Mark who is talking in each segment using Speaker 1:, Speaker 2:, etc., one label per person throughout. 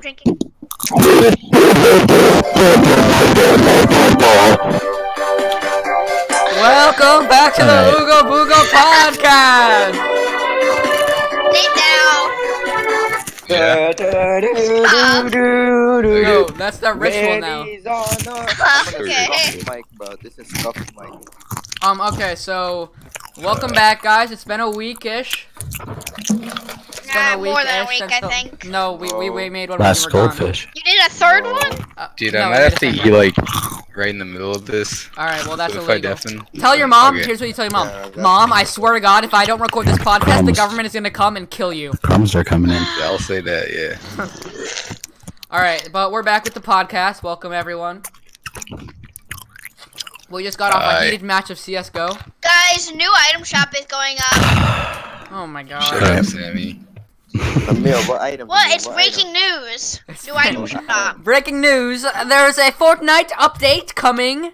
Speaker 1: drinking.
Speaker 2: Welcome back to the
Speaker 3: Alright.
Speaker 2: Ooga Booga podcast.
Speaker 1: Name now.
Speaker 3: Yeah.
Speaker 2: No, that's the ritual now.
Speaker 1: Okay.
Speaker 4: Mic, bro. This is scuffed mic.
Speaker 2: Um, okay, so welcome back, guys. It's been a week-ish. It's been
Speaker 1: Nah, more than a
Speaker 2: week-ish
Speaker 1: week,
Speaker 2: since
Speaker 1: I
Speaker 2: the-
Speaker 1: think.
Speaker 2: No, we, we, we made one. when
Speaker 3: Last
Speaker 2: we were gone.
Speaker 3: goldfish.
Speaker 1: You did a third one?
Speaker 2: Uh,
Speaker 5: Dude,
Speaker 2: no,
Speaker 5: I
Speaker 2: we
Speaker 5: might
Speaker 2: did a
Speaker 5: have to
Speaker 2: second one.
Speaker 5: eat like right in the middle of this.
Speaker 2: All right, well that's
Speaker 5: so if I
Speaker 2: illegal.
Speaker 5: deafen.
Speaker 2: Tell your mom.
Speaker 5: Okay.
Speaker 2: Here's what you tell your mom.
Speaker 4: Yeah, that's-
Speaker 2: mom, I swear to God, if I don't record this podcast, the
Speaker 3: Promise.
Speaker 2: government is gonna come and kill you.
Speaker 3: Crumbs are coming in.
Speaker 5: Yeah, I'll say that. Yeah.
Speaker 2: All right, but we're back with the podcast. Welcome everyone. We just got off a
Speaker 5: Hi.
Speaker 2: heated match of CS:GO.
Speaker 1: Guys, new item shop is going up.
Speaker 2: Oh my
Speaker 5: Shut
Speaker 2: God.
Speaker 3: Sure.
Speaker 5: up, Sammy.
Speaker 4: Emil, what item?
Speaker 1: Well,
Speaker 4: Emil,
Speaker 1: it's
Speaker 4: what
Speaker 1: breaking
Speaker 4: item?
Speaker 1: news. New item shop.
Speaker 2: Breaking news: There's a Fortnite update coming.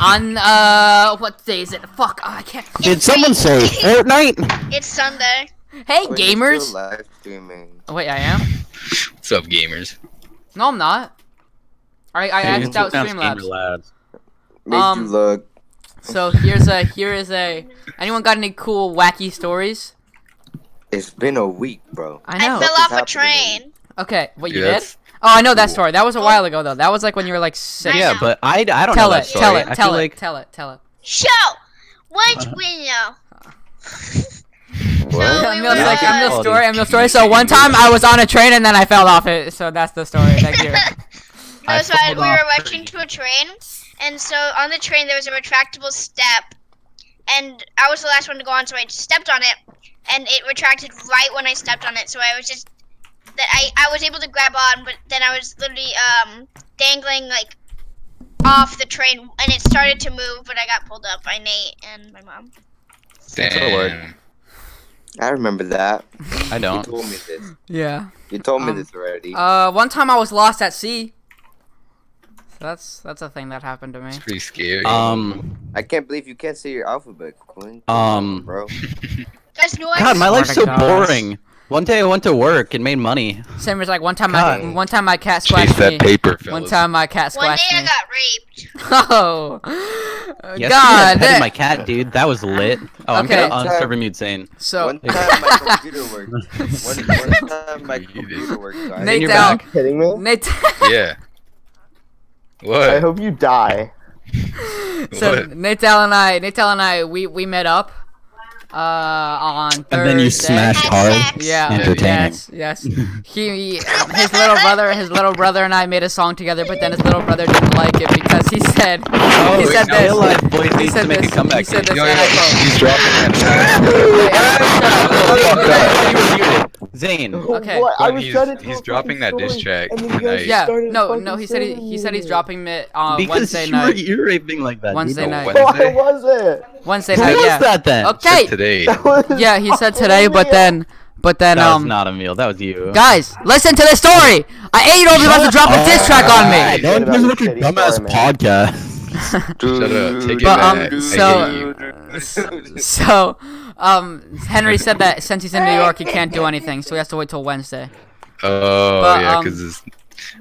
Speaker 2: on uh, what day is it? Fuck, oh, I can't.
Speaker 3: Did someone say Fortnite?
Speaker 1: It's Sunday.
Speaker 2: Hey
Speaker 4: Wait, you're still
Speaker 2: gamers.
Speaker 4: live streaming.
Speaker 2: Oh, wait, I am.
Speaker 5: What's up, gamers?
Speaker 2: No, I'm not. I I axed out Streamlabs.
Speaker 4: Made
Speaker 2: Um,
Speaker 4: you look.
Speaker 2: So here's a here is a anyone got any cool wacky stories?
Speaker 4: It's been a week, bro.
Speaker 2: I
Speaker 1: I fell
Speaker 2: know.
Speaker 4: What is
Speaker 1: off a
Speaker 4: happening?
Speaker 1: train.
Speaker 2: okay, what you
Speaker 5: Yeah,
Speaker 2: did?
Speaker 5: that's-
Speaker 2: Oh, I know that
Speaker 5: cool.
Speaker 2: story. That was a while ago though. That was like when you were like six.
Speaker 1: I
Speaker 3: Yeah,
Speaker 1: know.
Speaker 3: but I, I don't
Speaker 2: Tell
Speaker 3: know
Speaker 2: it,
Speaker 3: that story.
Speaker 2: tell it,
Speaker 3: I
Speaker 2: tell
Speaker 3: feel
Speaker 2: it,
Speaker 3: like
Speaker 2: tell it, tell it.
Speaker 1: Show! What window?
Speaker 2: Uh-huh.
Speaker 4: What?
Speaker 1: No, we
Speaker 2: Emil's like,
Speaker 1: were-
Speaker 2: I'm the story, I'm the story. So one time I was on a train and then I fell off it. So that's the story. Thank you.
Speaker 1: No,
Speaker 3: I
Speaker 1: so I,
Speaker 3: pulled
Speaker 1: we were
Speaker 3: off
Speaker 1: rushing to a train, and so on the train there was a retractable step, and I was the last one to go on, so I just stepped on it, and it retracted right when I stepped on it. So I was just that I I was able to grab on, but then I was literally um dangling like off the train, and it started to move, but I got pulled up by Nate and my mom.
Speaker 5: Damn.
Speaker 4: I remember that.
Speaker 3: I
Speaker 4: You
Speaker 3: don't.
Speaker 4: told me this.
Speaker 2: Yeah.
Speaker 4: You told me
Speaker 2: Um,
Speaker 4: this already.
Speaker 2: Uh, one time I was lost at sea. So that's that's a thing that happened to me.
Speaker 5: It's pretty scary.
Speaker 3: Um,
Speaker 4: I can't believe you can't say your alphabet, Quinn.
Speaker 3: um.
Speaker 4: Bro.
Speaker 1: Guys, no,
Speaker 3: God, my
Speaker 2: Swear
Speaker 3: life's
Speaker 2: to
Speaker 3: so
Speaker 2: God.
Speaker 3: boring. One day I went to work and made money.
Speaker 2: Same as like one time I
Speaker 3: God.
Speaker 2: one time my cat
Speaker 5: Chase
Speaker 2: splashed me.
Speaker 5: that paper,
Speaker 2: One
Speaker 5: fellas.
Speaker 2: time my cat
Speaker 1: one day
Speaker 2: splashed
Speaker 1: I
Speaker 2: me.
Speaker 1: got raped.
Speaker 2: Oh,
Speaker 3: Yes, I
Speaker 2: God!
Speaker 3: petted my cat, dude. That was lit. Oh, I'm
Speaker 2: Okay.
Speaker 3: gonna unserver mute Zane.
Speaker 2: so
Speaker 4: one time my computer worked. One, one time my
Speaker 5: You did.
Speaker 4: computer worked. guys.
Speaker 2: Nate
Speaker 3: you're
Speaker 2: down.
Speaker 3: back.
Speaker 6: kidding me?
Speaker 2: Nate,
Speaker 5: Yeah.
Speaker 6: I
Speaker 5: What?
Speaker 6: hope you die.
Speaker 2: so
Speaker 5: what?
Speaker 2: Nate and I, Nate and I, we we met up, uh, on Thursday.
Speaker 3: And then you smashed hard.
Speaker 2: Yeah.
Speaker 3: Entertaining.
Speaker 2: Yes. Yes. He, um, his little brother, his little brother and I made a song together, but then his little brother didn't like it because he said, he
Speaker 3: wait,
Speaker 2: said
Speaker 3: now
Speaker 2: this.
Speaker 3: real life boys
Speaker 2: He
Speaker 3: needs
Speaker 2: said
Speaker 3: to make
Speaker 2: this.
Speaker 3: a comeback.
Speaker 2: He said this.
Speaker 3: dude.
Speaker 5: Yo, yo,
Speaker 2: and I
Speaker 5: he's dropping
Speaker 3: Fuck
Speaker 5: that.
Speaker 2: quote.
Speaker 3: up. You were muted. Zane.
Speaker 2: Okay.
Speaker 6: What? I
Speaker 5: But
Speaker 6: was
Speaker 5: he's-
Speaker 6: trying to
Speaker 5: he's
Speaker 6: tell a
Speaker 5: dropping
Speaker 6: fucking
Speaker 5: that diss
Speaker 6: story,
Speaker 5: track
Speaker 6: and then you guys
Speaker 5: tonight.
Speaker 2: Yeah.
Speaker 6: started
Speaker 2: No.
Speaker 6: fucking
Speaker 2: No. He said he, he said he's
Speaker 6: singing.
Speaker 2: dropping it on
Speaker 3: Because
Speaker 2: Oh, Wednesday
Speaker 3: you
Speaker 2: night.
Speaker 3: were ear raping like that. dude.
Speaker 2: Wednesday
Speaker 3: No
Speaker 2: night.
Speaker 3: way.
Speaker 6: No,
Speaker 5: Wednesday?
Speaker 6: I wasn't.
Speaker 2: Wednesday
Speaker 3: Who
Speaker 2: night.
Speaker 3: was
Speaker 2: yeah. Oh,
Speaker 3: that then?
Speaker 2: Okay.
Speaker 5: Today.
Speaker 6: That was
Speaker 2: Yeah, he said today, but
Speaker 6: Emil.
Speaker 2: then, but then,
Speaker 3: That was
Speaker 2: um,
Speaker 3: not a meal. That was you.
Speaker 2: guys, listen to this story. A eight-year-old is about to drop a
Speaker 3: Oh,
Speaker 2: diss track on me.
Speaker 5: Alright.
Speaker 3: Don't
Speaker 6: Forget
Speaker 3: just
Speaker 6: about
Speaker 3: look at
Speaker 6: your shitty
Speaker 3: dumbass
Speaker 6: story, man.
Speaker 3: podcast.
Speaker 5: Shut up, take it
Speaker 2: But, um,
Speaker 5: back. I
Speaker 2: so-
Speaker 5: hate you.
Speaker 2: So, um, Henry said that since he's in New York, he can't do anything, so he has to wait till Wednesday.
Speaker 5: Oh,
Speaker 2: But,
Speaker 5: yeah,
Speaker 2: um,
Speaker 5: because his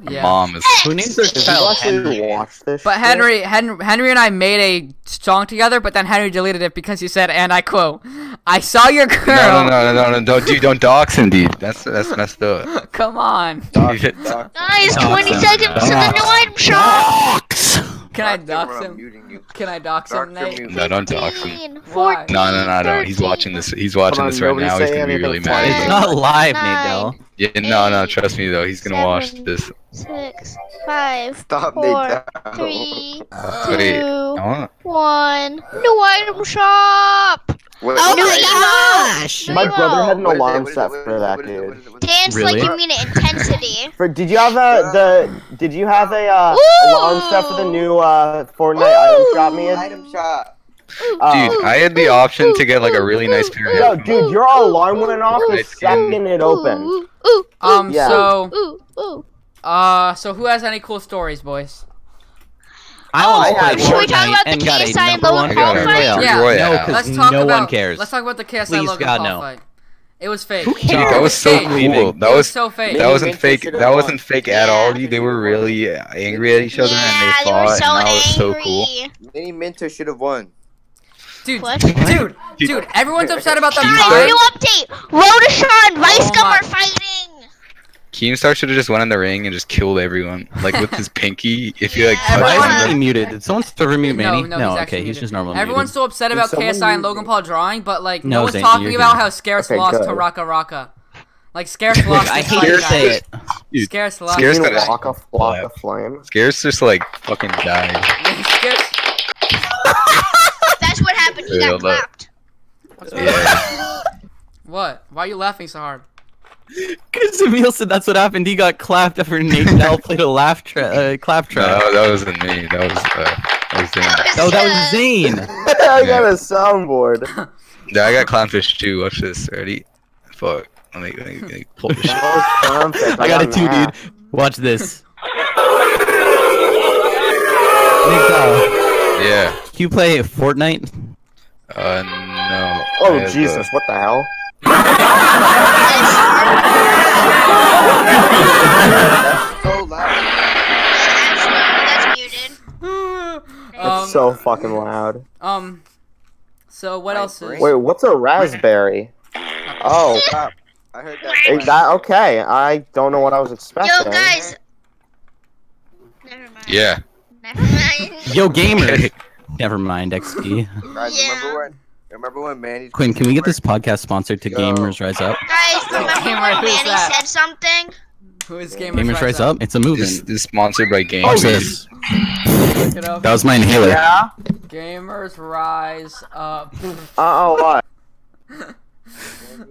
Speaker 2: Yeah.
Speaker 5: mom is.
Speaker 3: Who needs their
Speaker 6: Did you
Speaker 3: child?
Speaker 6: actually watch this?
Speaker 2: But
Speaker 6: shit?
Speaker 2: Henry, Henry, Henry and I made a song together, but then Henry deleted it because he said, and I quote, "I saw your girl."
Speaker 5: No, no, no, no, no, no, don't, dude, don't dox him, dude. That's that's messed up.
Speaker 2: Come on.
Speaker 4: Doc,
Speaker 1: Guys,
Speaker 3: Awesome.
Speaker 1: 20 seconds to the new item shop.
Speaker 2: Can I
Speaker 4: Doc,
Speaker 2: dox
Speaker 4: I'm
Speaker 2: him?
Speaker 4: muting you.
Speaker 2: Can I dox
Speaker 4: Doc,
Speaker 2: him,
Speaker 4: you're
Speaker 2: Nate?
Speaker 4: muted.
Speaker 5: No, don't dox him.
Speaker 1: 15,
Speaker 2: Why?
Speaker 1: 14,
Speaker 5: No, no, no, no. He's
Speaker 1: 13.
Speaker 5: watching this. He's watching
Speaker 6: Hold
Speaker 5: this
Speaker 6: on,
Speaker 5: right
Speaker 6: nobody
Speaker 5: now. He's
Speaker 6: say
Speaker 5: gonna be
Speaker 6: anything.
Speaker 5: really
Speaker 3: It's
Speaker 5: mad.
Speaker 3: not live,
Speaker 1: Nine.
Speaker 3: Nadel.
Speaker 5: Yeah, no, no. Trust me though. He's gonna watch this.
Speaker 1: six, five,
Speaker 4: Stop,
Speaker 1: Four,
Speaker 4: Nate. down.
Speaker 1: three,
Speaker 5: Wait.
Speaker 1: two,
Speaker 5: I want.
Speaker 1: one. New item shop.
Speaker 4: What-
Speaker 1: Oh
Speaker 4: what
Speaker 1: my
Speaker 4: item-
Speaker 1: gosh!
Speaker 6: My brother had an
Speaker 4: what is it,
Speaker 6: alarm
Speaker 4: what is it,
Speaker 6: set
Speaker 4: what is
Speaker 6: for
Speaker 4: it,
Speaker 6: that
Speaker 4: what is it, what
Speaker 6: dude.
Speaker 4: is it, what is it?
Speaker 1: dance
Speaker 3: Really?
Speaker 1: like you mean it, intensity.
Speaker 6: For did you have a the did you have a uh,
Speaker 1: Ooh.
Speaker 6: alarm set for the new uh, Fortnite item shop? Me and
Speaker 4: Item shop.
Speaker 1: Ooh,
Speaker 6: Uh,
Speaker 5: Dude, I had the option to get like a really nice pair of
Speaker 6: no,
Speaker 5: headphones.
Speaker 6: dude, your alarm went off the
Speaker 5: Nice game.
Speaker 6: second it opened.
Speaker 1: Ooh, ooh,
Speaker 2: Um.
Speaker 6: Yeah.
Speaker 2: So,
Speaker 1: ooh, ooh.
Speaker 2: uh, so who has any cool stories, boys?
Speaker 3: I want
Speaker 6: Oh,
Speaker 3: to play
Speaker 6: should
Speaker 1: we talk
Speaker 3: Fortnite
Speaker 1: about the
Speaker 3: and got a
Speaker 1: KSI
Speaker 3: number
Speaker 1: Logan
Speaker 3: one
Speaker 5: I got
Speaker 1: Paul
Speaker 3: Battle
Speaker 1: fight?
Speaker 3: Royale.
Speaker 2: Yeah.
Speaker 5: Royale.
Speaker 3: No, 'cause
Speaker 2: Let's talk
Speaker 3: no
Speaker 2: about.
Speaker 3: one cares.
Speaker 2: Let's talk about the KSI
Speaker 3: Please,
Speaker 2: Logan
Speaker 3: God,
Speaker 2: Paul
Speaker 3: no.
Speaker 2: fight. It was fake.
Speaker 5: Dude, that
Speaker 2: It
Speaker 5: was so
Speaker 2: fake.
Speaker 3: Leaving.
Speaker 5: cool. That
Speaker 2: it
Speaker 5: was
Speaker 2: so fake.
Speaker 5: that wasn't
Speaker 6: Maybe
Speaker 5: fake.
Speaker 6: Vincent
Speaker 5: That
Speaker 6: and
Speaker 5: wasn't fake at all. dude. They were really angry at each other
Speaker 1: yeah,
Speaker 5: and they
Speaker 1: they were
Speaker 5: fought.
Speaker 1: so
Speaker 5: and that was so
Speaker 1: angry.
Speaker 5: cool.
Speaker 4: Mini Minter should have won.
Speaker 2: Dude,
Speaker 1: What?
Speaker 2: dude, dude, everyone's upset about the
Speaker 1: Guys,
Speaker 5: third?
Speaker 1: new
Speaker 2: mine.
Speaker 1: update. Rodashaw and Vice
Speaker 2: Oh
Speaker 1: Gum
Speaker 2: my-
Speaker 1: are fighting.
Speaker 5: Keemstar should have just went in the ring and just killed everyone, like with his pinky. If he
Speaker 1: Yeah.
Speaker 5: like touched
Speaker 3: Everyone's
Speaker 1: Everyone-
Speaker 5: him,
Speaker 3: actually muted. Did someone still mute
Speaker 2: No,
Speaker 3: Manny?
Speaker 2: no, he's actually
Speaker 3: okay, he's
Speaker 2: muted.
Speaker 3: just normal.
Speaker 2: Everyone's so upset
Speaker 6: Did
Speaker 2: about
Speaker 6: someone
Speaker 2: KSI and
Speaker 6: use
Speaker 2: Logan
Speaker 6: it?
Speaker 2: Paul drawing, but like no,
Speaker 3: No,
Speaker 2: one's
Speaker 3: Zane,
Speaker 2: talking
Speaker 3: you're
Speaker 2: about
Speaker 3: good.
Speaker 2: how Scarce
Speaker 6: Okay,
Speaker 2: lost
Speaker 6: good.
Speaker 2: to Raka Raka. Like Scarce lost.
Speaker 3: I
Speaker 2: to
Speaker 3: hate to
Speaker 2: Tiger.
Speaker 3: say it.
Speaker 5: Dude,
Speaker 2: Scarce lost.
Speaker 5: Scarce
Speaker 6: You
Speaker 5: got
Speaker 6: know,
Speaker 5: a-
Speaker 6: walk a flock of flame.
Speaker 5: Scares just like fucking died.
Speaker 2: Scarce.
Speaker 1: That's what happened. He
Speaker 5: Yeah,
Speaker 1: got
Speaker 5: but-
Speaker 1: clapped.
Speaker 5: Yeah.
Speaker 2: What? Why are you laughing so hard?
Speaker 3: Because Emil said that's what happened. He got clapped after Nate Dell played a laugh tra- uh, clap
Speaker 5: No,
Speaker 3: track.
Speaker 5: that, that wasn't me. That was uh, that was Zane.
Speaker 3: Oh, that
Speaker 1: uh,
Speaker 3: was Zane.
Speaker 6: I got a soundboard.
Speaker 5: Yeah, I got clownfish too. Watch this. Ready? Fuck. Let me, let me, let me pull this shit.
Speaker 6: That was conflict.
Speaker 3: I got it
Speaker 6: an
Speaker 3: too,
Speaker 6: app.
Speaker 3: dude. Watch this. Nate Dell,
Speaker 5: Yeah.
Speaker 3: can you play Fortnite?
Speaker 5: Uh, no. I
Speaker 6: Oh
Speaker 5: have, uh,
Speaker 6: Jesus! What the hell?
Speaker 4: So loud.
Speaker 1: That's muted.
Speaker 2: um,
Speaker 6: It's so fucking loud.
Speaker 2: um. So what
Speaker 4: My
Speaker 2: else is?
Speaker 4: brain.
Speaker 6: Wait, what's a raspberry? Oh,
Speaker 4: Stop. I heard that.
Speaker 6: eh,
Speaker 4: twice.
Speaker 6: that okay. I don't know what I was
Speaker 1: Yo,
Speaker 6: expecting.
Speaker 1: guys. Never mind.
Speaker 5: Yeah.
Speaker 1: Never mind.
Speaker 3: Yo, gamers. Never mind, XP.
Speaker 4: Guys,
Speaker 1: Yeah.
Speaker 4: remember when? Remember when Manny?
Speaker 3: Quinn, can we get this podcast sponsored to
Speaker 4: Yo.
Speaker 3: Gamers Rise Up?
Speaker 1: Guys, remember
Speaker 2: Gamer,
Speaker 1: when
Speaker 2: who's
Speaker 1: Manny
Speaker 2: that?
Speaker 1: said something?
Speaker 2: Who is gamers?
Speaker 3: Gamers Rise Up? It's a
Speaker 5: This, Oh,
Speaker 3: movement.
Speaker 5: this is sponsored by Game.
Speaker 3: Watch this.
Speaker 2: Look it up.
Speaker 3: That was my inhaler.
Speaker 6: Yeah.
Speaker 2: Gamers Rise Up.
Speaker 6: Uh oh. What?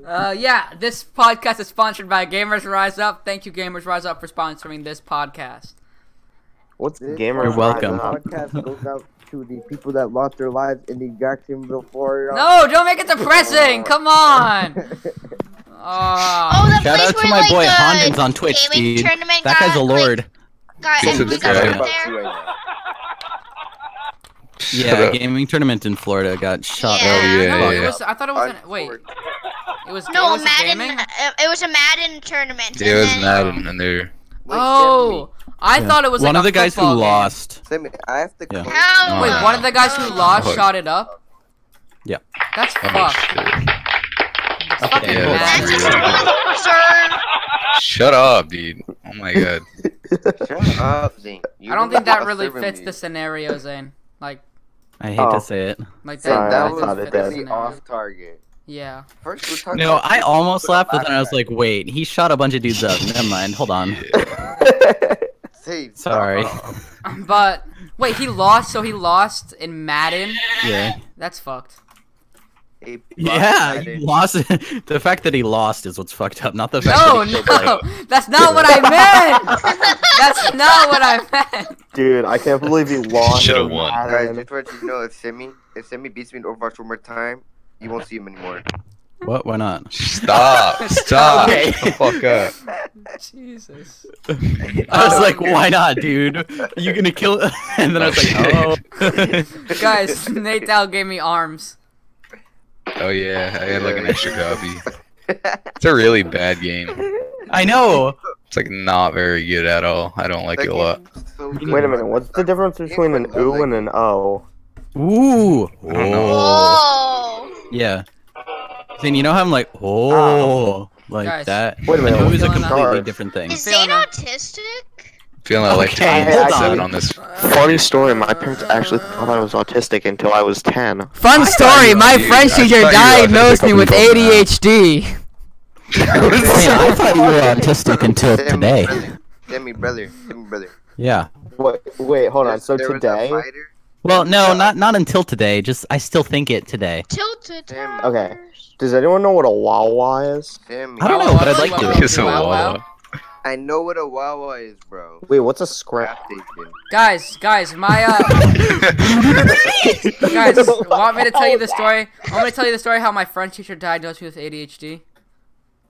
Speaker 2: Uh, yeah, this podcast is sponsored by Gamers Rise Up. Thank you, Gamers Rise Up, for sponsoring this podcast.
Speaker 6: What's
Speaker 7: This
Speaker 6: gamer?
Speaker 3: You're welcome.
Speaker 7: podcast goes out to the people that lost their lives in the Jacksonville, Florida.
Speaker 2: No, don't make it depressing. Come on.
Speaker 1: Oh,
Speaker 2: Uh,
Speaker 1: the
Speaker 3: Shout
Speaker 1: place
Speaker 3: out to
Speaker 1: where,
Speaker 3: my
Speaker 1: like,
Speaker 3: boy
Speaker 1: the
Speaker 3: Hondens on Twitch,
Speaker 1: gaming
Speaker 3: dude.
Speaker 1: tournament
Speaker 3: That
Speaker 1: got,
Speaker 3: guy's a
Speaker 1: like,
Speaker 3: lord.
Speaker 1: got
Speaker 5: This is
Speaker 1: everyone got put
Speaker 5: great.
Speaker 1: there.
Speaker 5: Shut
Speaker 3: Yeah,
Speaker 5: up.
Speaker 3: gaming tournament in Florida got shot.
Speaker 1: Yeah.
Speaker 5: Oh
Speaker 3: earlier.
Speaker 5: yeah,
Speaker 2: no,
Speaker 5: yeah.
Speaker 2: it
Speaker 5: yeah.
Speaker 2: was. I thought it was. An, wait, it was.
Speaker 1: No,
Speaker 2: it
Speaker 1: a
Speaker 2: was
Speaker 1: Madden.
Speaker 2: Gaming?
Speaker 1: uh, It was a Madden tournament.
Speaker 5: Yeah, it
Speaker 1: and
Speaker 5: was
Speaker 1: then-
Speaker 5: Madden, and they're
Speaker 2: Oh, I thought it was
Speaker 3: one
Speaker 2: like
Speaker 3: of
Speaker 2: a
Speaker 3: the guys who
Speaker 2: football game.
Speaker 3: lost.
Speaker 4: Send me. I have to.
Speaker 3: Yeah.
Speaker 4: close-
Speaker 1: Hell
Speaker 2: Wait,
Speaker 1: no.
Speaker 2: one of the guys who lost
Speaker 5: Fuck.
Speaker 2: shot it up.
Speaker 3: Oh. Yeah.
Speaker 2: That's
Speaker 5: oh
Speaker 2: fucked.
Speaker 5: shit.
Speaker 2: It's fucking
Speaker 5: Yeah, that's
Speaker 1: That's
Speaker 2: Madden.
Speaker 1: just
Speaker 5: real.
Speaker 1: loser.
Speaker 5: Shut up, dude. Oh my god.
Speaker 4: Shut up, Zane. You
Speaker 2: I don't
Speaker 4: were
Speaker 2: think that
Speaker 4: not
Speaker 2: really
Speaker 4: serving
Speaker 2: fits
Speaker 4: me.
Speaker 2: the scenario, Zane. Like,
Speaker 3: I hate
Speaker 6: Oh.
Speaker 3: to say it.
Speaker 2: like
Speaker 4: Zane,
Speaker 6: Sorry,
Speaker 4: that
Speaker 6: I
Speaker 2: doesn't
Speaker 4: was
Speaker 6: thought it
Speaker 2: fit the
Speaker 6: does.
Speaker 4: really
Speaker 2: scenario.
Speaker 4: off target.
Speaker 2: Yeah.
Speaker 4: First, we're talking
Speaker 3: No,
Speaker 4: about
Speaker 3: I
Speaker 4: people
Speaker 3: almost
Speaker 4: with a
Speaker 3: laughed, but then I was
Speaker 4: backpack.
Speaker 3: like, wait, he shot a bunch of dudes up. Never mind. Hold on.
Speaker 4: Zane, stop.
Speaker 3: Sorry.
Speaker 2: But wait, he lost. So he lost in Madden.
Speaker 3: Yeah.
Speaker 2: That's fucked.
Speaker 4: Hey,
Speaker 3: Yeah,
Speaker 4: Biden.
Speaker 3: he lost. the fact that he lost is what's fucked up, not the fact
Speaker 2: No,
Speaker 3: that he killed, like,
Speaker 2: no, that's not what I meant. That's not what I meant.
Speaker 6: Dude, I can't believe you lost.
Speaker 5: Should've won.
Speaker 4: Guys,
Speaker 6: Madden.
Speaker 4: just want you to know if Simi, if Simi beats me in Overwatch one more time, you won't see him anymore.
Speaker 3: What? Why not?
Speaker 5: Stop. Stop.
Speaker 3: Okay.
Speaker 5: Shut the fuck up.
Speaker 2: Jesus.
Speaker 3: I was like, why not, dude? You gonna kill? And then I was like, oh.
Speaker 5: Oh,
Speaker 2: Guys, Nate Dow gave me arms.
Speaker 5: Oh yeah, I had like an extra copy. It's a really bad game.
Speaker 3: I know.
Speaker 5: It's like not very good at all. I don't like it a lot.
Speaker 6: Wait a minute. What's the difference between an ooh and an o?
Speaker 3: Ooh.
Speaker 5: don't know.
Speaker 1: Oh.
Speaker 3: Yeah. Then you know how I'm like, oh, like
Speaker 2: Guys.
Speaker 3: that.
Speaker 6: Wait a minute,
Speaker 3: And It was a
Speaker 2: what's going on?
Speaker 3: completely different thing.
Speaker 1: Is
Speaker 2: Fair
Speaker 1: Zane
Speaker 2: enough.
Speaker 1: autistic?
Speaker 5: Feeling like
Speaker 3: Okay,
Speaker 5: okay,
Speaker 6: hold
Speaker 5: seven
Speaker 3: on.
Speaker 5: on this.
Speaker 6: Funny story, my parents actually thought I was autistic until I was 10.
Speaker 2: Fun
Speaker 5: story, my you- French I teacher thought you were diagnosed me autistic with up until now.
Speaker 2: ADHD.
Speaker 3: Man, I thought you were autistic until
Speaker 4: Simi,
Speaker 3: today.
Speaker 4: brother. Simi, brother. Simi, brother.
Speaker 3: Yeah.
Speaker 6: Wait, wait, hold on.
Speaker 4: There-
Speaker 6: So
Speaker 4: there was that
Speaker 6: today,
Speaker 4: fighter.
Speaker 3: Well, no, not not until today. Just I still think it today.
Speaker 1: Tilted.
Speaker 4: Damn.
Speaker 6: Okay.
Speaker 1: Towers.
Speaker 6: does anyone know what a Wawa is?
Speaker 4: Simi.
Speaker 3: I don't know, but I'd like to.
Speaker 5: It's a
Speaker 2: Wow, wow.
Speaker 5: wall.
Speaker 4: I know what a Wawa is, bro.
Speaker 6: Wait, what's a scrap?
Speaker 4: Gas station.
Speaker 2: Guys, guys, my uh, guys, want me to tell you the story? Want me to tell you the story how my French teacher diagnosed me with ADHD?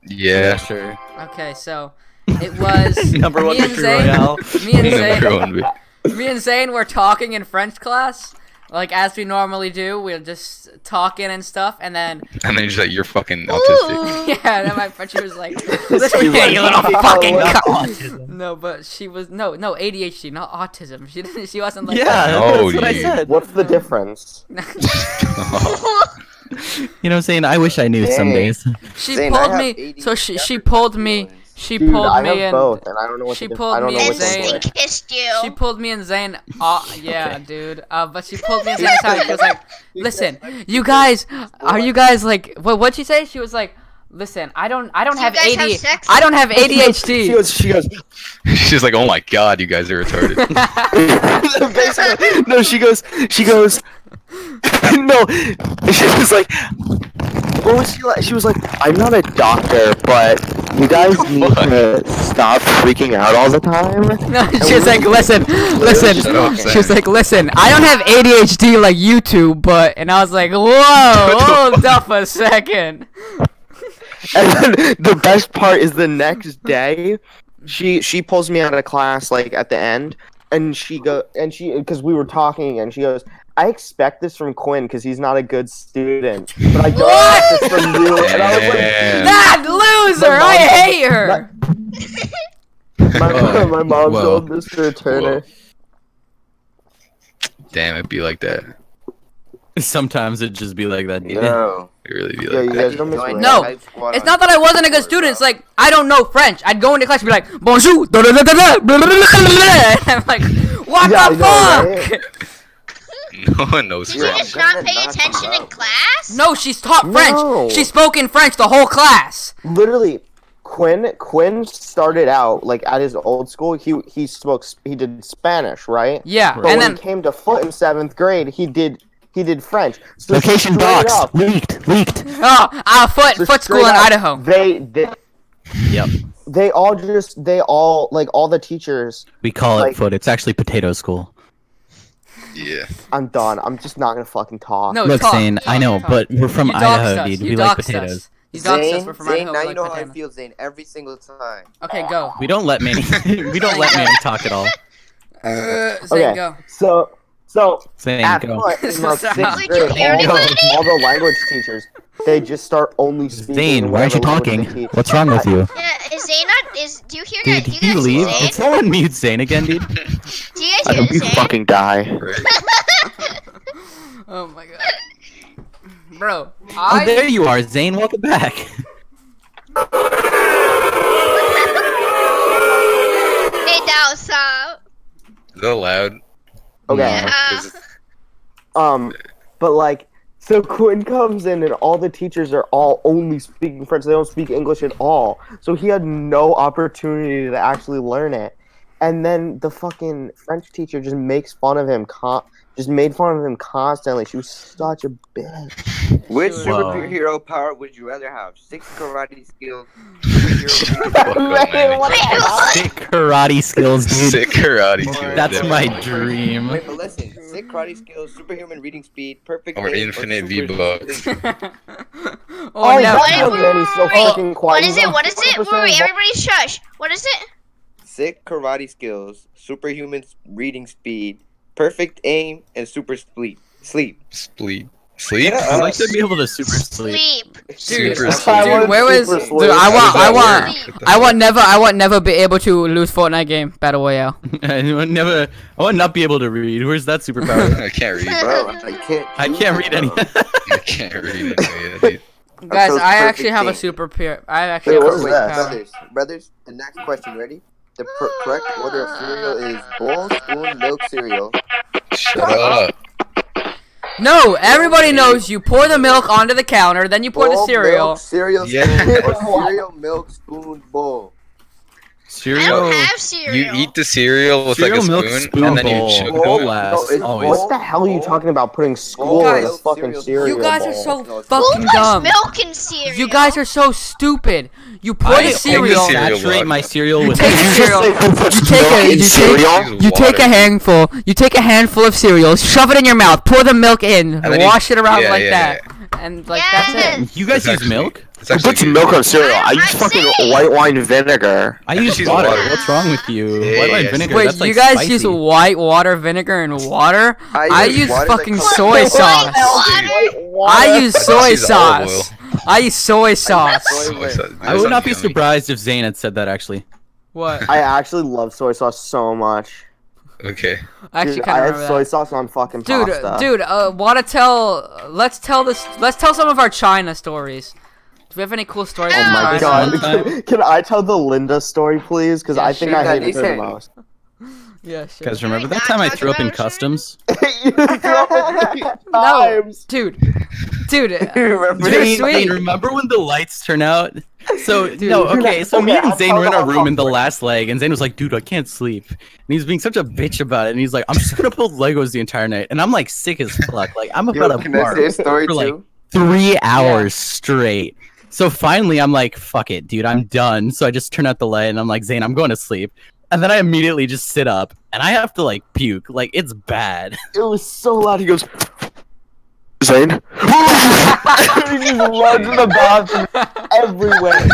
Speaker 5: yeah.
Speaker 3: sure.
Speaker 2: Okay, so it was
Speaker 3: Number one
Speaker 2: me and
Speaker 3: victory
Speaker 2: Zane,
Speaker 3: royale.
Speaker 2: me and
Speaker 5: Number
Speaker 2: Zane,
Speaker 5: one.
Speaker 2: me and Zane were talking in French class, Like as we normally do, we're just talking and stuff, and then
Speaker 5: And then just like you're fucking autistic.
Speaker 2: yeah, and then my friend she was like,
Speaker 3: Yeah, you little fucking
Speaker 2: no, but she was no, no ADHD, not autism. She didn't, she wasn't like
Speaker 3: Yeah, that's,
Speaker 5: Oh,
Speaker 3: what I
Speaker 5: dude.
Speaker 3: said.
Speaker 6: What's the difference?
Speaker 3: You know what I'm saying? I wish I knew some
Speaker 4: Dang.
Speaker 3: days.
Speaker 2: she
Speaker 4: Zane, I
Speaker 2: pulled
Speaker 4: have
Speaker 2: me. So
Speaker 4: ADHD
Speaker 2: she she
Speaker 4: Asperger's
Speaker 2: pulled me.
Speaker 4: feelings.
Speaker 2: She
Speaker 6: Dude,
Speaker 2: pulled
Speaker 6: I
Speaker 2: me
Speaker 6: have
Speaker 2: and
Speaker 6: both, and I don't know what
Speaker 2: she
Speaker 6: the diff-
Speaker 2: pulled
Speaker 6: I
Speaker 2: me
Speaker 6: don't know
Speaker 1: and
Speaker 6: which one's
Speaker 2: Zane.
Speaker 6: which.
Speaker 1: Zane kissed you.
Speaker 2: she pulled me and Zane. Uh, yeah, dude. Uh, but she pulled me and Zane aside. She was like, "Listen, you guys, are you guys like what? What'd she say? She was like." Listen, I don't, I don't
Speaker 1: You
Speaker 2: have
Speaker 1: guys have
Speaker 2: ADHD.
Speaker 1: sex?
Speaker 2: I don't have ADHD.
Speaker 6: She goes, she goes,
Speaker 5: She's like, oh my god, you guys are retarded.
Speaker 6: basically,
Speaker 3: no, she goes, she goes, no, she was like,
Speaker 6: what was she like? She was like, I'm not a doctor, but you guys need to stop freaking out all the time.
Speaker 2: No, she was like, listen, listen.
Speaker 5: Shut up, Zane.
Speaker 2: She was like, listen, I don't have ADHD like you two, but. And I was like, whoa, hold up a second.
Speaker 6: And then the best part is the next day, she she pulls me out of class like at the end, and she go and she because we were talking, and she goes, "I expect this from Quinn because he's not a good student, but I don't expect this from you." And I was
Speaker 2: That
Speaker 5: Damn.
Speaker 6: like,
Speaker 2: loser,
Speaker 6: My
Speaker 2: I
Speaker 6: mom-
Speaker 2: hate her.
Speaker 6: My,
Speaker 5: Oh,
Speaker 6: my mom
Speaker 5: whoa.
Speaker 6: told Mr. Turner.
Speaker 5: Damn, it'd be like that.
Speaker 3: sometimes it'd just be like that. dude.
Speaker 4: No.
Speaker 5: It'd really be
Speaker 6: Yeah,
Speaker 5: like
Speaker 6: you
Speaker 5: that.
Speaker 6: guys don't miss
Speaker 4: Join
Speaker 6: work.
Speaker 2: No,
Speaker 4: Hype Squad
Speaker 2: It's
Speaker 4: on
Speaker 2: not that I wasn't a good
Speaker 4: Discord,
Speaker 2: student. It's
Speaker 4: bro.
Speaker 2: like I don't know French. I'd go into class and be like, bonjour, da da da da da, blah, blah, blah, blah, blah. And I'm like, what
Speaker 6: Yeah, I
Speaker 2: the
Speaker 6: know, right?
Speaker 2: fuck?
Speaker 5: No one knows
Speaker 1: Did you
Speaker 4: Right.
Speaker 5: French.
Speaker 1: just not pay
Speaker 4: Knock him
Speaker 1: attention in
Speaker 4: out.
Speaker 1: class?
Speaker 2: No, she's taught French.
Speaker 6: No.
Speaker 2: She spoke in French the whole class.
Speaker 6: literally Quinn Quinn started out like at his old school. He he spoke sp- he did Spanish, right?
Speaker 2: Yeah, and
Speaker 6: But when
Speaker 2: then
Speaker 6: he came to foot in seventh grade, he did he did French. So
Speaker 3: Location
Speaker 6: straight
Speaker 3: box
Speaker 6: up-
Speaker 3: leaked, leaked.
Speaker 2: oh, uh, foot
Speaker 6: so
Speaker 2: foot school
Speaker 6: straight
Speaker 2: in
Speaker 6: up,
Speaker 2: Idaho.
Speaker 6: They they
Speaker 3: Yep.
Speaker 6: they all just they all like all the teachers.
Speaker 3: We call
Speaker 6: Like-
Speaker 3: it foot. It's actually potato school.
Speaker 5: Yeah.
Speaker 6: I'm done. I'm just not gonna fucking talk.
Speaker 2: No,
Speaker 3: Look,
Speaker 2: talk,
Speaker 3: Zane, I
Speaker 2: talk,
Speaker 3: know,
Speaker 2: talk.
Speaker 3: but we're from
Speaker 2: you doxed
Speaker 3: Idaho,
Speaker 2: us.
Speaker 3: dude.
Speaker 2: You
Speaker 3: we like
Speaker 2: doxed
Speaker 3: potatoes.
Speaker 2: Us. You doxed us.
Speaker 4: Zane,
Speaker 2: We're from
Speaker 4: Zane,
Speaker 2: Idaho.
Speaker 4: now
Speaker 2: we
Speaker 4: you
Speaker 2: like
Speaker 4: know how I
Speaker 2: potatoes.
Speaker 4: feel, Zane, every single time.
Speaker 2: Okay, go.
Speaker 3: We don't let Manny. we don't let Manny talk at all.
Speaker 2: Uh, Zane,
Speaker 6: Okay.
Speaker 2: go.
Speaker 6: So so
Speaker 3: Saying
Speaker 6: at
Speaker 3: go.
Speaker 6: foot in like
Speaker 2: Stop.
Speaker 6: sixth
Speaker 1: Did you
Speaker 6: grade,
Speaker 1: hear
Speaker 6: all the,
Speaker 1: anybody?
Speaker 6: all the language teachers they just start only speaking.
Speaker 3: Zane, why aren't you
Speaker 6: whatever language they
Speaker 3: talking?
Speaker 6: teach.
Speaker 3: What's wrong with you?
Speaker 1: Yeah, is Zane not? Is do you hear
Speaker 3: Dude,
Speaker 1: that? Do
Speaker 3: did
Speaker 1: you
Speaker 3: you
Speaker 1: guys
Speaker 3: leave?
Speaker 1: hear Zane?
Speaker 3: Did someone mute Zane again, dude?
Speaker 1: Do you
Speaker 6: I
Speaker 1: guys
Speaker 6: hope
Speaker 1: hear
Speaker 6: you
Speaker 1: Zane?
Speaker 6: fucking die.
Speaker 5: Right.
Speaker 2: Oh my god. Bro,
Speaker 3: Oh,
Speaker 2: I
Speaker 3: there you are, Zane. Welcome back.
Speaker 1: Hey, that was uh,
Speaker 5: Is that allowed?
Speaker 6: Okay.
Speaker 1: Yeah.
Speaker 5: Is it-
Speaker 6: Um, but like, so Quinn comes in, and all the teachers are all only speaking French. They don't speak English at all. So he had no opportunity to actually learn it. And then the fucking French teacher just makes fun of him. Con- just made fun of him constantly. She was such a bitch.
Speaker 4: Which
Speaker 2: Whoa.
Speaker 4: superhero power would you rather have? Six karate skills, superhero
Speaker 5: Fuck up,
Speaker 6: Man,
Speaker 5: man.
Speaker 6: what the hell?
Speaker 3: Sick karate skills, dude.
Speaker 5: Sick karate. too,
Speaker 3: That's my
Speaker 5: definitely.
Speaker 3: dream.
Speaker 4: Wait, but listen, sick karate skills, superhuman reading speed, perfect
Speaker 5: Or
Speaker 4: aim,
Speaker 5: infinite
Speaker 4: super-
Speaker 5: V-Bucks.
Speaker 2: oh,
Speaker 6: Oh,
Speaker 2: no.
Speaker 6: that's how man, he's so
Speaker 1: Oh,
Speaker 6: freaking quiet.
Speaker 1: what is it? What is it? Wait, wait, everybody shush. What is it?
Speaker 4: Sick karate skills, superhuman s- reading speed, perfect aim, and super sleep. Sleep.
Speaker 5: Sleep. Sleep?
Speaker 4: Yeah,
Speaker 3: I'd like to be able to super sleep.
Speaker 1: Sleep.
Speaker 2: Dude,
Speaker 5: Super
Speaker 2: dude,
Speaker 5: sleep.
Speaker 2: where was
Speaker 6: Super
Speaker 2: dude,
Speaker 6: sleep.
Speaker 2: I
Speaker 5: How does
Speaker 2: want I
Speaker 5: that
Speaker 2: want
Speaker 5: work? What the
Speaker 2: I
Speaker 5: heck?
Speaker 2: want never I want never be able to lose Fortnite game battle royale.
Speaker 3: I would never. I would not be able to read. Where's that superpower?
Speaker 5: I can't read.
Speaker 4: Bro, I can't.
Speaker 3: I can't read any.
Speaker 5: I can't read it. Yeah, dude.
Speaker 2: Guys,
Speaker 4: sounds
Speaker 2: I actually
Speaker 4: perfect
Speaker 2: have a
Speaker 4: team.
Speaker 2: super peer. I actually
Speaker 6: Wait,
Speaker 2: have
Speaker 6: what
Speaker 2: a
Speaker 6: was
Speaker 4: Wait,
Speaker 6: that?
Speaker 2: superpower.
Speaker 4: brothers, brothers, the next question, ready? The pr- correct order of cereal is bowl, spoon, milk cereal.
Speaker 5: Shut up.
Speaker 2: No, everybody knows you pour the milk onto the counter, then you pour the
Speaker 4: Bowl,
Speaker 2: cereal.
Speaker 4: Milk, cereal
Speaker 5: Yeah.
Speaker 4: spoon, or cereal, milk, spoon, bowl.
Speaker 1: I
Speaker 3: Cereal.
Speaker 1: don't have
Speaker 5: You
Speaker 1: cereal.
Speaker 5: eat the cereal with
Speaker 3: Cereal
Speaker 5: Oh, like a
Speaker 3: milk
Speaker 5: spoon,
Speaker 3: spoon
Speaker 5: and then
Speaker 3: bowl.
Speaker 5: you chug
Speaker 3: Bowl
Speaker 5: milk.
Speaker 3: lass,
Speaker 4: No, it's
Speaker 3: always.
Speaker 4: bowl.
Speaker 6: What the hell are you talking about? Putting school
Speaker 2: You
Speaker 6: in a
Speaker 4: guys-
Speaker 6: fucking cereal.
Speaker 2: You guys are
Speaker 6: bowl?
Speaker 2: so
Speaker 4: No, it's-
Speaker 1: Who
Speaker 2: fucking
Speaker 1: puts
Speaker 2: dumb.
Speaker 1: milk in cereal?
Speaker 2: You guys are so stupid. You pour
Speaker 3: I
Speaker 2: the
Speaker 5: take the
Speaker 2: cereal.
Speaker 5: cereal.
Speaker 3: saturate my cereal with
Speaker 2: Take
Speaker 6: Did you just
Speaker 2: cereal.
Speaker 6: say who puts
Speaker 2: You take
Speaker 6: milk
Speaker 2: a-
Speaker 6: in
Speaker 2: you take-
Speaker 6: cereal?
Speaker 5: Use
Speaker 2: You take
Speaker 5: water.
Speaker 2: a handful. You take a handful of cereal, shove it in your mouth, pour the milk in,
Speaker 5: then you-
Speaker 2: wash it around
Speaker 5: yeah,
Speaker 2: like
Speaker 5: yeah,
Speaker 2: that, and like that's it.
Speaker 1: Yes.
Speaker 3: You guys
Speaker 5: It's
Speaker 3: use
Speaker 5: actually-
Speaker 3: milk?
Speaker 5: It's
Speaker 8: Who
Speaker 5: actually
Speaker 8: puts
Speaker 5: good.
Speaker 8: milk on cereal? I
Speaker 1: I'm
Speaker 8: use fucking
Speaker 1: saying.
Speaker 8: white wine vinegar.
Speaker 3: I use
Speaker 5: She's
Speaker 3: water.
Speaker 5: water.
Speaker 3: What's wrong with you?
Speaker 5: Yeah,
Speaker 3: White wine
Speaker 5: yeah,
Speaker 3: vinegar.
Speaker 5: she's-
Speaker 2: Wait,
Speaker 3: that's, like,
Speaker 2: you guys
Speaker 3: spicy.
Speaker 2: use white water vinegar and water? I, use
Speaker 4: water that
Speaker 2: fucking
Speaker 4: comes-
Speaker 2: soy
Speaker 1: What?
Speaker 2: sauce.
Speaker 1: Water?
Speaker 2: I use
Speaker 5: just
Speaker 2: soy
Speaker 5: use olive
Speaker 2: sauce. I use soy sauce.
Speaker 5: Soy sauce.
Speaker 3: I
Speaker 5: That's
Speaker 3: would not be
Speaker 5: yummy.
Speaker 3: surprised if Zayn had said that actually.
Speaker 2: What?
Speaker 6: I actually love soy sauce so much.
Speaker 5: Okay.
Speaker 2: I actually
Speaker 6: Dude,
Speaker 2: kind
Speaker 6: I
Speaker 2: of
Speaker 6: have
Speaker 2: remember
Speaker 6: soy
Speaker 2: that.
Speaker 6: sauce on fucking
Speaker 2: Dude,
Speaker 6: pasta.
Speaker 2: uh, dude, uh, wanna tell? Let's tell this. Let's tell some of our China stories. Do we have any cool stories?
Speaker 1: Oh
Speaker 2: from
Speaker 1: my
Speaker 2: China?
Speaker 1: God.
Speaker 6: Can, can I tell the Linda story, please? Because
Speaker 2: Yeah,
Speaker 6: I think
Speaker 2: sure.
Speaker 6: I
Speaker 4: Yeah,
Speaker 6: hated her the
Speaker 4: decent.
Speaker 6: most.
Speaker 2: Yeah, sure.
Speaker 3: Guys, remember that time I threw up in customs?
Speaker 6: You threw up eight times.
Speaker 2: Dude, dude, uh,
Speaker 4: You remember
Speaker 2: You're
Speaker 3: Zane,
Speaker 2: sweet.
Speaker 3: Zane, remember when the lights turn out? So
Speaker 2: Dude.
Speaker 3: no, okay. So me
Speaker 6: Okay,
Speaker 3: and
Speaker 6: I'll
Speaker 3: Zane
Speaker 6: tell
Speaker 3: were in
Speaker 6: the
Speaker 3: our
Speaker 6: whole
Speaker 3: room in the last leg, and Zane was like, "Dude, I can't sleep," and he's being such a bitch about it. And he's like, "I'm just gonna build Legos the entire night," and I'm like sick as fuck. Like I'm about to
Speaker 4: Can I
Speaker 3: barf
Speaker 4: say a story
Speaker 3: for like
Speaker 4: too?
Speaker 3: three hours straight. So finally, I'm like, "Fuck it, dude, I'm done." So I just turn out the light, and I'm like, "Zane, I'm going to sleep." And then I immediately just sit up, and I have to like puke. Like it's bad.
Speaker 6: It was so loud. He goes,
Speaker 8: Zane?
Speaker 6: he just runs in the bathroom everywhere.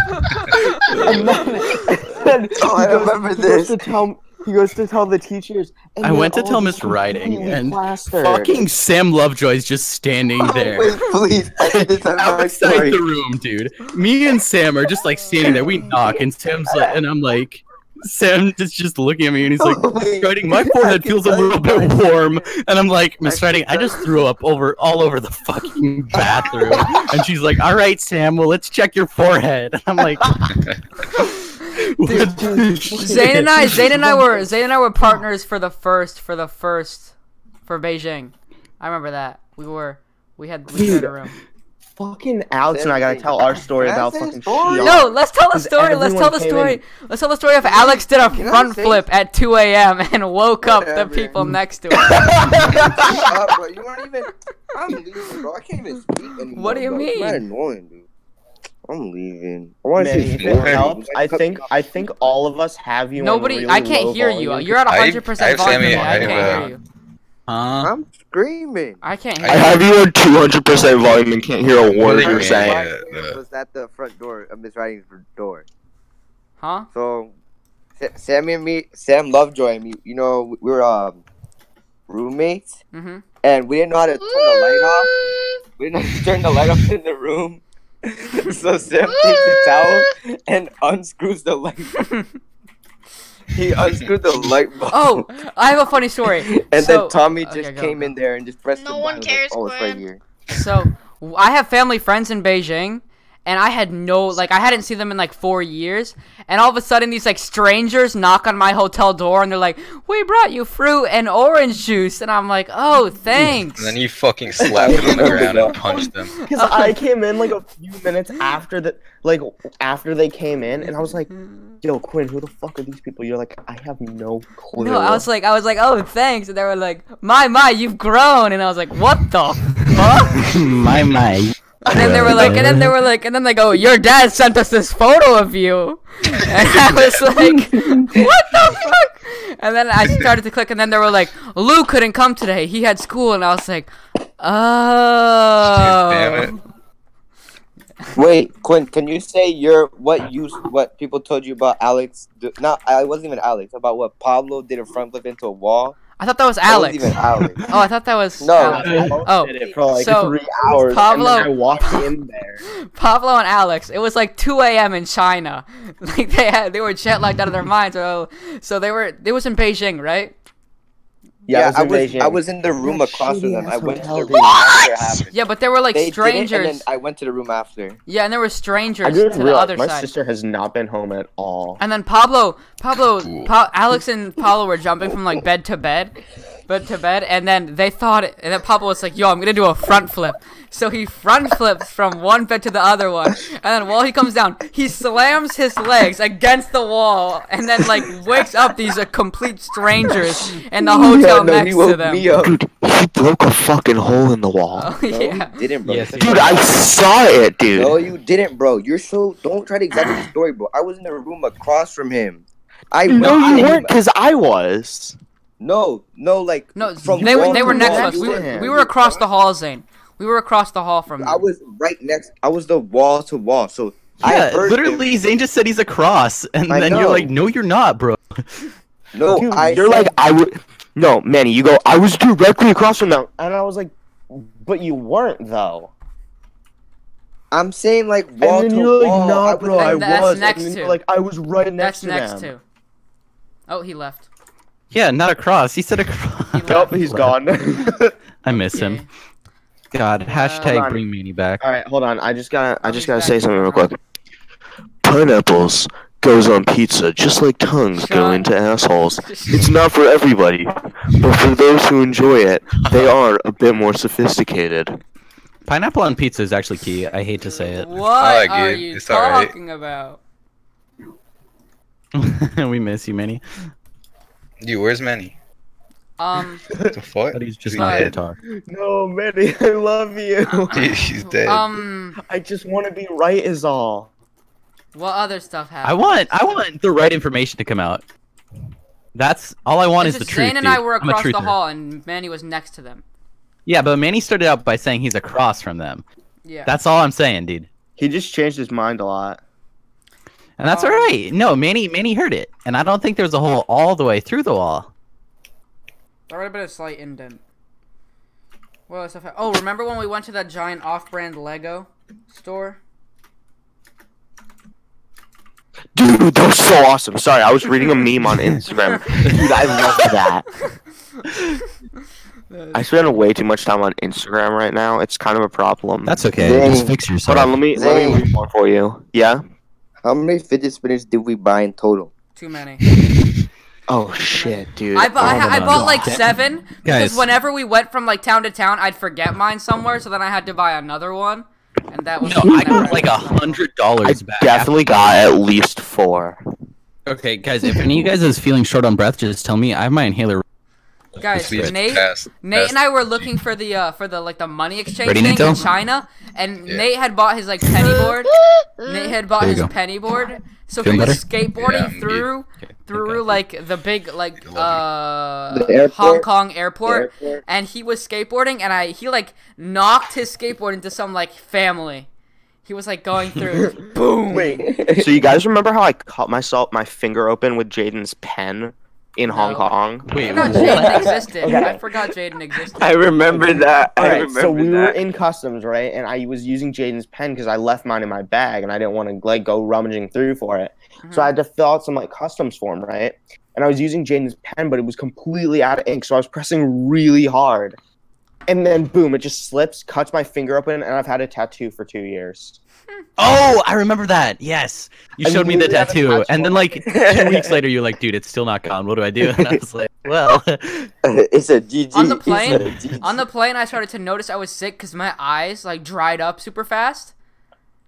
Speaker 6: And then, and then
Speaker 4: Oh, I
Speaker 6: he goes,
Speaker 4: remember
Speaker 6: he
Speaker 4: this.
Speaker 6: Goes to tell, he goes to tell the teachers. And
Speaker 3: I
Speaker 6: they're
Speaker 3: went to
Speaker 6: all
Speaker 3: tell
Speaker 6: just
Speaker 3: Miss Riding,
Speaker 6: completely
Speaker 3: and
Speaker 6: plastered.
Speaker 3: Fucking Sam Lovejoy's just standing there.
Speaker 4: Oh, Wait, please. I did my
Speaker 3: outside
Speaker 4: story.
Speaker 3: the room, dude. Me and Sam are just like standing there. We knock, and Sam's like, and I'm like, Sam is just looking at me, and he's like,
Speaker 4: Wait.
Speaker 3: Writing, my forehead
Speaker 4: I
Speaker 3: feels a
Speaker 4: can
Speaker 3: little
Speaker 4: tell you
Speaker 3: bit warm, and I'm like, Miss
Speaker 4: I
Speaker 3: Writing,
Speaker 4: can
Speaker 3: I
Speaker 4: tell
Speaker 3: just threw up over all over the fucking bathroom, and she's like, all right, Sam, well, let's check your forehead. And I'm like, what the shit?
Speaker 2: Zayn and I, Zayn and I were, Zayn and I were partners for the first, for the first, for Beijing. I remember that. We were, we had, we shared a room.
Speaker 6: fucking Alex and I gotta tell our story
Speaker 4: Can I
Speaker 6: about
Speaker 4: say a
Speaker 6: fucking
Speaker 4: story?
Speaker 6: Shion.
Speaker 2: No, let's tell the
Speaker 6: Because
Speaker 2: story. Let's tell
Speaker 6: everyone
Speaker 2: the
Speaker 6: came
Speaker 2: story.
Speaker 6: in.
Speaker 2: Let's tell the story of Alex did a
Speaker 4: Can I
Speaker 2: front
Speaker 4: say-
Speaker 2: flip at 2 a.m. and woke up the
Speaker 4: Whatever.
Speaker 2: people next to him.
Speaker 4: Shut up, bro. You weren't even. I'm leaving, bro. I can't even speak anymore.
Speaker 2: What do you
Speaker 4: bro. It's
Speaker 2: mean?
Speaker 4: mad annoying, dude. I'm leaving. I want to
Speaker 6: Man,
Speaker 4: see
Speaker 6: if
Speaker 5: it
Speaker 4: more.
Speaker 5: helps,
Speaker 6: I think I think all of us have you. on
Speaker 2: Nobody,
Speaker 6: really
Speaker 2: I can't
Speaker 6: low
Speaker 2: hear you.
Speaker 6: volume.
Speaker 2: You're at
Speaker 5: I-
Speaker 2: 100%
Speaker 5: I have
Speaker 2: volume.
Speaker 5: Sammy,
Speaker 2: I
Speaker 5: I have,
Speaker 2: can't
Speaker 5: uh,
Speaker 2: hear you.
Speaker 3: Huh?
Speaker 4: I'm screaming.
Speaker 2: I can't
Speaker 5: I
Speaker 8: I
Speaker 2: hear you.
Speaker 8: have you on 200% volume and can't hear a word
Speaker 5: Really,
Speaker 8: you're
Speaker 5: man?
Speaker 8: saying.
Speaker 5: Yeah, yeah.
Speaker 4: was at the front door of Miss Writing's door.
Speaker 2: Huh?
Speaker 4: So, Sa- Sammy and me, Sam Lovejoy and me, you know, we were um, roommates,
Speaker 2: Mm-hmm.
Speaker 4: and we didn't know how to turn the light off. We didn't know how to turn the light off in the room. so Sam takes a towel and unscrews the light.
Speaker 2: Mm-hmm.
Speaker 4: he unscrewed the light bulb.
Speaker 2: Oh, I have a funny story.
Speaker 4: And
Speaker 2: so,
Speaker 4: then Tommy
Speaker 2: okay,
Speaker 4: just
Speaker 2: go,
Speaker 4: came
Speaker 2: go.
Speaker 4: in there and just pressed.
Speaker 1: No
Speaker 4: the
Speaker 1: one
Speaker 4: button.
Speaker 1: cares,
Speaker 4: Oh, it's right
Speaker 1: Gwen.
Speaker 4: here.
Speaker 2: So w- I have family friends in Beijing, and I had no like I hadn't seen them in like four years, and all of a sudden these like strangers knock on my hotel door and they're like, "We brought you fruit and orange juice," and I'm like, "Oh, thanks."
Speaker 5: And then you fucking slapped them on the ground and punched them.
Speaker 6: Because I came in like a few minutes after the like after they came in, and I was like,
Speaker 2: Mm-hmm.
Speaker 6: "Yo, Quinn, who the fuck are these people?" You're like, "I have no clue."
Speaker 2: no, I was like, I was like, oh, thanks, and they were like, my, my, you've grown, and I was like, what the fuck?
Speaker 3: my my.
Speaker 2: And then they were like, and then they were like, and then they go, your dad sent us this photo of you, and I was like, what the fuck? And then I started to click, and then they were like, Lou couldn't come today, he had school, and I was like, oh,
Speaker 5: Damn it.
Speaker 4: Wait, Quinn, can you say your what you what people told you about Alex? do- Not I wasn't even Alex. About what Pablo did a front flip into a wall.
Speaker 2: I thought that was
Speaker 4: That
Speaker 2: Alex.
Speaker 4: wasn't even Alex.
Speaker 2: Oh, I thought that was
Speaker 4: No.
Speaker 2: Alex. Oh,
Speaker 6: did it for like
Speaker 2: so,
Speaker 6: three hours.
Speaker 2: Pablo-
Speaker 6: and then I walked in there.
Speaker 2: Pablo and Alex. It was like 2 a.m. in China. Like they had, they were jet lagged out of their minds. So, so they were. It was in Beijing, right?
Speaker 6: Yeah,
Speaker 4: yeah,
Speaker 6: it was
Speaker 4: I
Speaker 6: in
Speaker 4: was
Speaker 6: Beijing.
Speaker 4: I was in the room
Speaker 6: That
Speaker 4: across from them.
Speaker 6: shitty-ass
Speaker 4: I went to the
Speaker 6: hotel
Speaker 4: room after it happened.
Speaker 2: Yeah, but there were like
Speaker 4: They did it,
Speaker 2: strangers.
Speaker 4: and then I went to the room after.
Speaker 2: yeah, and there were
Speaker 6: I
Speaker 2: strangers to
Speaker 6: didn't
Speaker 2: the
Speaker 6: realize
Speaker 2: other
Speaker 6: my
Speaker 2: side.
Speaker 6: sister has not been home at all.
Speaker 2: And then Pablo, Pablo,
Speaker 5: Cool.
Speaker 2: pa- Alex and Pablo were jumping from like bed to bed, bed to bed, and then they thought, it, and then Pablo was like, "Yo, I'm gonna do a front flip." So he front flips from one bed to the other one, and then while he comes down, he slams his legs against the wall, and then like wakes up these uh, complete strangers in the hotel
Speaker 4: Yeah, no,
Speaker 2: next
Speaker 4: he
Speaker 2: to
Speaker 4: woke
Speaker 2: them.
Speaker 4: me up.
Speaker 8: Dude, he broke a fucking hole in the wall.
Speaker 2: Oh,
Speaker 4: No,
Speaker 2: yeah.
Speaker 4: you didn't, bro.
Speaker 3: Yes,
Speaker 4: Shut
Speaker 3: he
Speaker 4: the
Speaker 8: Dude, I
Speaker 4: fuck up.
Speaker 8: saw it,
Speaker 4: No,
Speaker 8: dude.
Speaker 4: you didn't, bro. You're so don't try to exaggerate the story, bro. I was in the room across from him. I
Speaker 8: No,
Speaker 4: went to
Speaker 8: you
Speaker 4: him.
Speaker 8: weren't, because I was.
Speaker 4: No, no, like
Speaker 2: No,
Speaker 4: from
Speaker 2: they were
Speaker 4: wall
Speaker 2: they
Speaker 4: to
Speaker 2: were next to
Speaker 4: wall,
Speaker 2: us.
Speaker 4: you
Speaker 2: We
Speaker 4: were-
Speaker 2: were, we were across the hall, Zane. We were across the hall from.
Speaker 4: I
Speaker 2: them.
Speaker 4: was right next. I was the wall to wall. So I
Speaker 3: Yeah,
Speaker 4: heard
Speaker 3: literally, Zane just said he's across, and
Speaker 4: I
Speaker 3: then
Speaker 4: know.
Speaker 3: you're like, "No, you're not, bro."
Speaker 4: no,
Speaker 7: Dude,
Speaker 4: I
Speaker 8: You're like, I would. No, Manny, you go, I was directly across from them.
Speaker 6: And I was like, but you weren't though.
Speaker 4: I'm saying like wall
Speaker 6: And then
Speaker 4: to
Speaker 6: you're like,
Speaker 4: wall.
Speaker 6: nah,
Speaker 4: I
Speaker 6: bro,
Speaker 4: was
Speaker 6: I
Speaker 2: And
Speaker 6: was.
Speaker 2: that's
Speaker 6: And
Speaker 2: next
Speaker 6: then you're
Speaker 2: to.
Speaker 6: like, I was right
Speaker 2: That's
Speaker 6: next to
Speaker 2: next
Speaker 6: them.
Speaker 2: to. Oh, he left.
Speaker 3: Yeah, not across. He said across.
Speaker 2: Nope,
Speaker 6: he's gone.
Speaker 3: I miss him.
Speaker 2: Uh,
Speaker 3: God, hashtag
Speaker 6: on.
Speaker 3: bring Manny back.
Speaker 8: Uh,
Speaker 6: All right, hold on. I just gotta, I
Speaker 2: I'll
Speaker 6: just
Speaker 2: be
Speaker 6: gotta
Speaker 2: back.
Speaker 6: say.
Speaker 8: Say something real quick. Pineapples goes on pizza just like tongues go
Speaker 2: Shut-
Speaker 8: into assholes. It's not for everybody, but for those who enjoy it, they are a bit more sophisticated.
Speaker 3: Pineapple on pizza is actually key. I hate to say it.
Speaker 2: What
Speaker 5: like
Speaker 2: are
Speaker 5: it.
Speaker 2: you
Speaker 5: It's alright.
Speaker 2: talking about?
Speaker 3: we miss you, Manny.
Speaker 5: Dude, where's Manny?
Speaker 2: Um,
Speaker 5: What the fuck?
Speaker 3: But he's
Speaker 5: Is
Speaker 3: just
Speaker 5: he
Speaker 3: not here to
Speaker 5: dead?
Speaker 3: talk.
Speaker 6: No, Manny, I love you.
Speaker 5: Dude, he's dead.
Speaker 2: um,
Speaker 6: I just want to be right, is all.
Speaker 2: what other stuff happened?
Speaker 3: I want, I want the right information to come out. That's all I want
Speaker 2: It's
Speaker 3: is the
Speaker 2: just
Speaker 3: truth.
Speaker 2: Zane and I
Speaker 3: dude.
Speaker 2: were
Speaker 3: I'm a
Speaker 2: across the
Speaker 3: truther.
Speaker 2: hall, and Manny was next to them.
Speaker 3: Yeah, but Manny started out by saying he's across from them.
Speaker 2: Yeah.
Speaker 3: That's all I'm saying, dude.
Speaker 6: He just changed his mind a lot.
Speaker 3: And that's
Speaker 2: Um,
Speaker 3: all right. No, Manny, Manny heard it, and I don't think there's a hole all the way through the wall.
Speaker 2: There would have been a slight indent. What other stuff? hap- Oh, remember when we went to that giant off-brand Lego store?
Speaker 8: Dude, that was so awesome. Sorry, I was reading a meme on Instagram. Dude, I love that. I spend way too much time on Instagram right now. It's kind of a problem.
Speaker 3: That's okay.
Speaker 4: Zane,
Speaker 3: Just fix yourself.
Speaker 8: Hold on, let me let me
Speaker 4: Zane.
Speaker 8: read one for you. Yeah.
Speaker 4: How many fidget spinners did we buy in total?
Speaker 2: Too many.
Speaker 8: Oh shit, dude.
Speaker 2: I, bu- I, ha- I
Speaker 3: on.
Speaker 2: bought like seven because
Speaker 3: Guys.
Speaker 2: whenever we went from like town to town, I'd forget mine somewhere, so then I had to buy another one, and that was
Speaker 3: No, I
Speaker 2: never
Speaker 3: got like a
Speaker 2: ending cycle.
Speaker 3: hundred
Speaker 8: I
Speaker 3: dollars back.
Speaker 8: definitely got at least four.
Speaker 3: Okay, guys, if any of you guys is feeling short on breath, just tell me. I have my inhaler.
Speaker 2: Guys,
Speaker 5: Please
Speaker 2: Nate,
Speaker 5: pass.
Speaker 2: Nate
Speaker 5: That's-
Speaker 2: and I were looking for the uh for the like the money exchange
Speaker 3: Ready,
Speaker 2: thing in
Speaker 3: Nito?
Speaker 2: China, and
Speaker 5: Yeah.
Speaker 2: Nate had bought his like penny
Speaker 1: Mm.
Speaker 2: board. Nate had bought
Speaker 3: There you
Speaker 2: his
Speaker 3: go.
Speaker 2: penny board, so
Speaker 3: Feeling
Speaker 2: he was
Speaker 3: better?
Speaker 5: Yeah,
Speaker 2: skateboarding
Speaker 5: I'm good.
Speaker 2: through through like the big like
Speaker 5: Love you.
Speaker 2: uh
Speaker 4: The airport?
Speaker 2: Hong Kong airport,
Speaker 4: The airport?
Speaker 2: and he was skateboarding, and I he like knocked his skateboard into some like family. He was like going through.
Speaker 6: Boom. Oh, Wait.
Speaker 8: So you guys remember how I cut myself my finger open with Jaden's pen in Hong
Speaker 2: No.
Speaker 8: Kong?
Speaker 2: I
Speaker 3: Wait,
Speaker 2: forgot
Speaker 3: what?
Speaker 2: Jaden existed.
Speaker 6: Okay.
Speaker 2: I forgot Jaden existed.
Speaker 4: I remember that.
Speaker 6: All right. So we were in customs, right? And I was using Jaden's pen because I left mine in my bag and I didn't want to like go rummaging through for it.
Speaker 2: Mm-hmm.
Speaker 6: So I had to fill out some like customs form, right? And I was using Jaden's pen, but it was completely out of ink, so I was pressing really hard. And then boom, it just slips, cuts my finger open, and I've had a tattoo for two years.
Speaker 3: Oh, I remember that. Yes, you
Speaker 6: I
Speaker 3: showed me the
Speaker 6: literally haven't
Speaker 3: tattoo,
Speaker 6: touched
Speaker 3: and then
Speaker 6: one.
Speaker 3: like two weeks later, you're like, "Dude, it's still not gone. What do I do?" And I was like, "Well,
Speaker 4: it's a GG.
Speaker 2: On the
Speaker 4: It's a
Speaker 2: plane?
Speaker 4: GG.
Speaker 2: On the plane, I started to notice I was sick because my eyes like dried up super fast.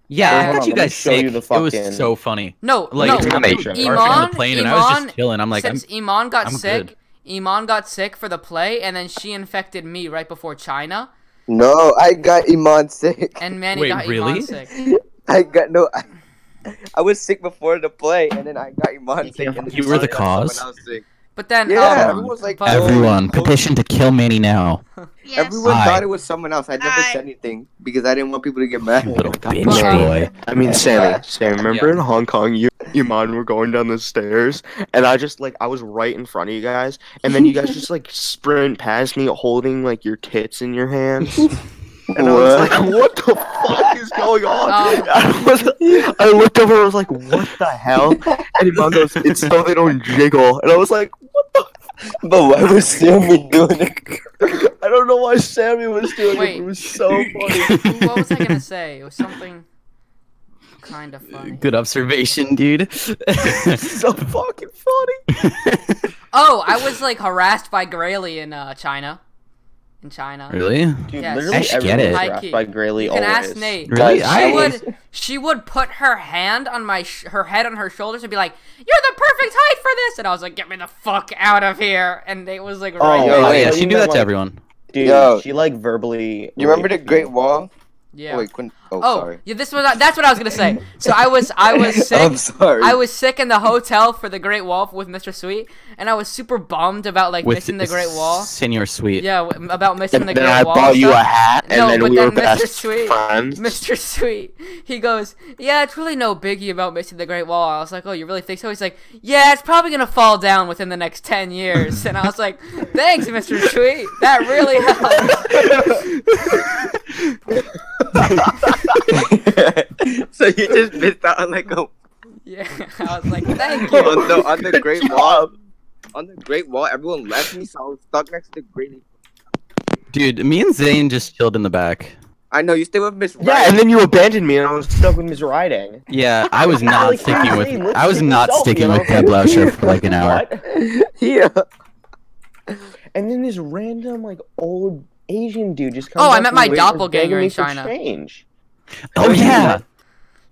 Speaker 3: yeah."
Speaker 2: Hold
Speaker 3: I
Speaker 2: on,
Speaker 3: got you
Speaker 6: let me
Speaker 3: guys
Speaker 6: show you
Speaker 3: sick.
Speaker 6: the
Speaker 3: It
Speaker 6: fucking-
Speaker 3: was so funny.
Speaker 2: No,
Speaker 3: Like,
Speaker 2: no.
Speaker 3: it's
Speaker 5: Iman-
Speaker 3: kind of barfed on
Speaker 2: Iman-
Speaker 3: the plane, and I was
Speaker 2: Iman-
Speaker 3: just chilling. I'm like, I'm,
Speaker 2: Since Iman got
Speaker 3: I'm
Speaker 2: sick, Iman got sick for the play, and then she infected me right before China,
Speaker 4: No, I got Iman sick.
Speaker 2: and Manny
Speaker 3: Wait,
Speaker 2: got Iman
Speaker 3: really?
Speaker 2: sick.
Speaker 4: I got no. I, I was sick before the play, and then I got Iman sick. and then
Speaker 3: You were the
Speaker 4: I got someone
Speaker 3: cause.
Speaker 4: else sick.
Speaker 2: But then,
Speaker 4: Yeah,
Speaker 2: um,
Speaker 4: everyone's like,
Speaker 2: but-
Speaker 4: Everyone, petition
Speaker 3: to kill Manny now,
Speaker 1: Yes.
Speaker 4: Everyone
Speaker 3: Hi.
Speaker 4: thought it was someone else. I never
Speaker 1: Hi.
Speaker 4: said anything because I didn't want people to get mad.
Speaker 2: But, um,
Speaker 8: I mean, Sammy, Sammy, remember in Hong Kong, you, you mind were going down the stairs,
Speaker 6: And I just like I was right in front of you guys, and then you guys just like sprint past me holding like your tits in your hands.
Speaker 8: and I was like, "What the fuck is going on?"
Speaker 2: Um,
Speaker 8: I, was, I looked over, I was like, "What the hell?" And Iman goes, "It's so they don't jiggle," and I was like, "What the?"
Speaker 4: But why was Sammy doing it?
Speaker 6: I don't know why Sammy was doing it.
Speaker 2: Wait.
Speaker 6: It was so funny.
Speaker 2: who- what was I gonna say? It was something kind of funny.
Speaker 3: Good observation, dude.
Speaker 6: so fucking funny.
Speaker 2: Oh, I was like harassed by Grayley in uh, China. In China,
Speaker 3: really? Oh,
Speaker 6: Dude,
Speaker 2: Yes.
Speaker 6: literally
Speaker 3: I should get
Speaker 6: everyone
Speaker 3: it.
Speaker 6: was
Speaker 2: High
Speaker 6: harassed
Speaker 2: key.
Speaker 6: by Grayley
Speaker 2: you can
Speaker 6: always.
Speaker 2: ask Nate.
Speaker 3: Really?
Speaker 2: She
Speaker 3: I-
Speaker 2: would, she would put her hand on my, sh- her head on her shoulders and be like, "You're the perfect height for this," and I was like, "Get me the fuck out of here!" And it was like, right
Speaker 6: Oh,
Speaker 2: there.
Speaker 3: Oh
Speaker 4: wait,
Speaker 3: yeah,
Speaker 6: I
Speaker 3: she
Speaker 6: mean,
Speaker 3: do that
Speaker 6: like-
Speaker 3: to everyone.
Speaker 6: Dude,
Speaker 4: Yo.
Speaker 6: she like verbally.
Speaker 4: You remember the
Speaker 6: raped me.
Speaker 4: Great Wall?
Speaker 2: yeah.
Speaker 4: Oh, wait, Quin- Oh,
Speaker 2: Oh,
Speaker 4: sorry.
Speaker 2: yeah, this was that's what I was gonna say. So I was I was sick.
Speaker 4: I'm sorry.
Speaker 2: I was sick in the hotel for the Great Wall with Mr. Sweet, and I was super bummed about like
Speaker 3: with
Speaker 2: missing the Great Wall.
Speaker 3: Senor Sweet.
Speaker 2: Yeah, w- about missing
Speaker 8: And
Speaker 2: the
Speaker 8: then
Speaker 2: Great
Speaker 8: I
Speaker 2: Wall.
Speaker 8: bought
Speaker 2: and
Speaker 8: you a
Speaker 2: stuff.
Speaker 8: hat, and
Speaker 2: No,
Speaker 8: then
Speaker 2: but
Speaker 8: we
Speaker 2: then
Speaker 8: were
Speaker 2: Mr.
Speaker 8: best
Speaker 2: Sweet-
Speaker 8: friends.
Speaker 2: Mr. Sweet, he goes, yeah, it's really no biggie about missing the Great Wall. I was like, oh, you really think so? He's like, yeah, it's probably gonna fall down within the next ten years. And I was like, thanks, Mr. Sweet, that really helped.
Speaker 4: so you just missed out on like a
Speaker 2: Yeah, I was like, thank you.
Speaker 4: on the on the Great Wall. On the Great Wall, everyone left me, so I was stuck next to the Great.
Speaker 3: Dude, me and Zane just chilled in the back.
Speaker 4: I know you stay with Miss.
Speaker 7: Yeah,
Speaker 4: Ryan.
Speaker 7: and then you abandoned me, and I
Speaker 6: I'm
Speaker 7: was
Speaker 6: stuck with Miss Riding.
Speaker 3: Yeah, I was not
Speaker 6: Like,
Speaker 3: sticking with
Speaker 6: seriously, let's
Speaker 3: I was
Speaker 6: take
Speaker 3: not
Speaker 6: a selfie,
Speaker 3: sticking with
Speaker 6: okay?
Speaker 3: Ted Lasso for like an hour.
Speaker 6: What?
Speaker 4: yeah.
Speaker 6: And then this random like old Asian dude just comes.
Speaker 2: Oh, I
Speaker 6: up
Speaker 2: met
Speaker 6: and
Speaker 2: my
Speaker 6: waves and
Speaker 2: doppelganger
Speaker 6: begging
Speaker 2: in
Speaker 6: me for
Speaker 2: China.
Speaker 6: Change.
Speaker 3: Oh yeah.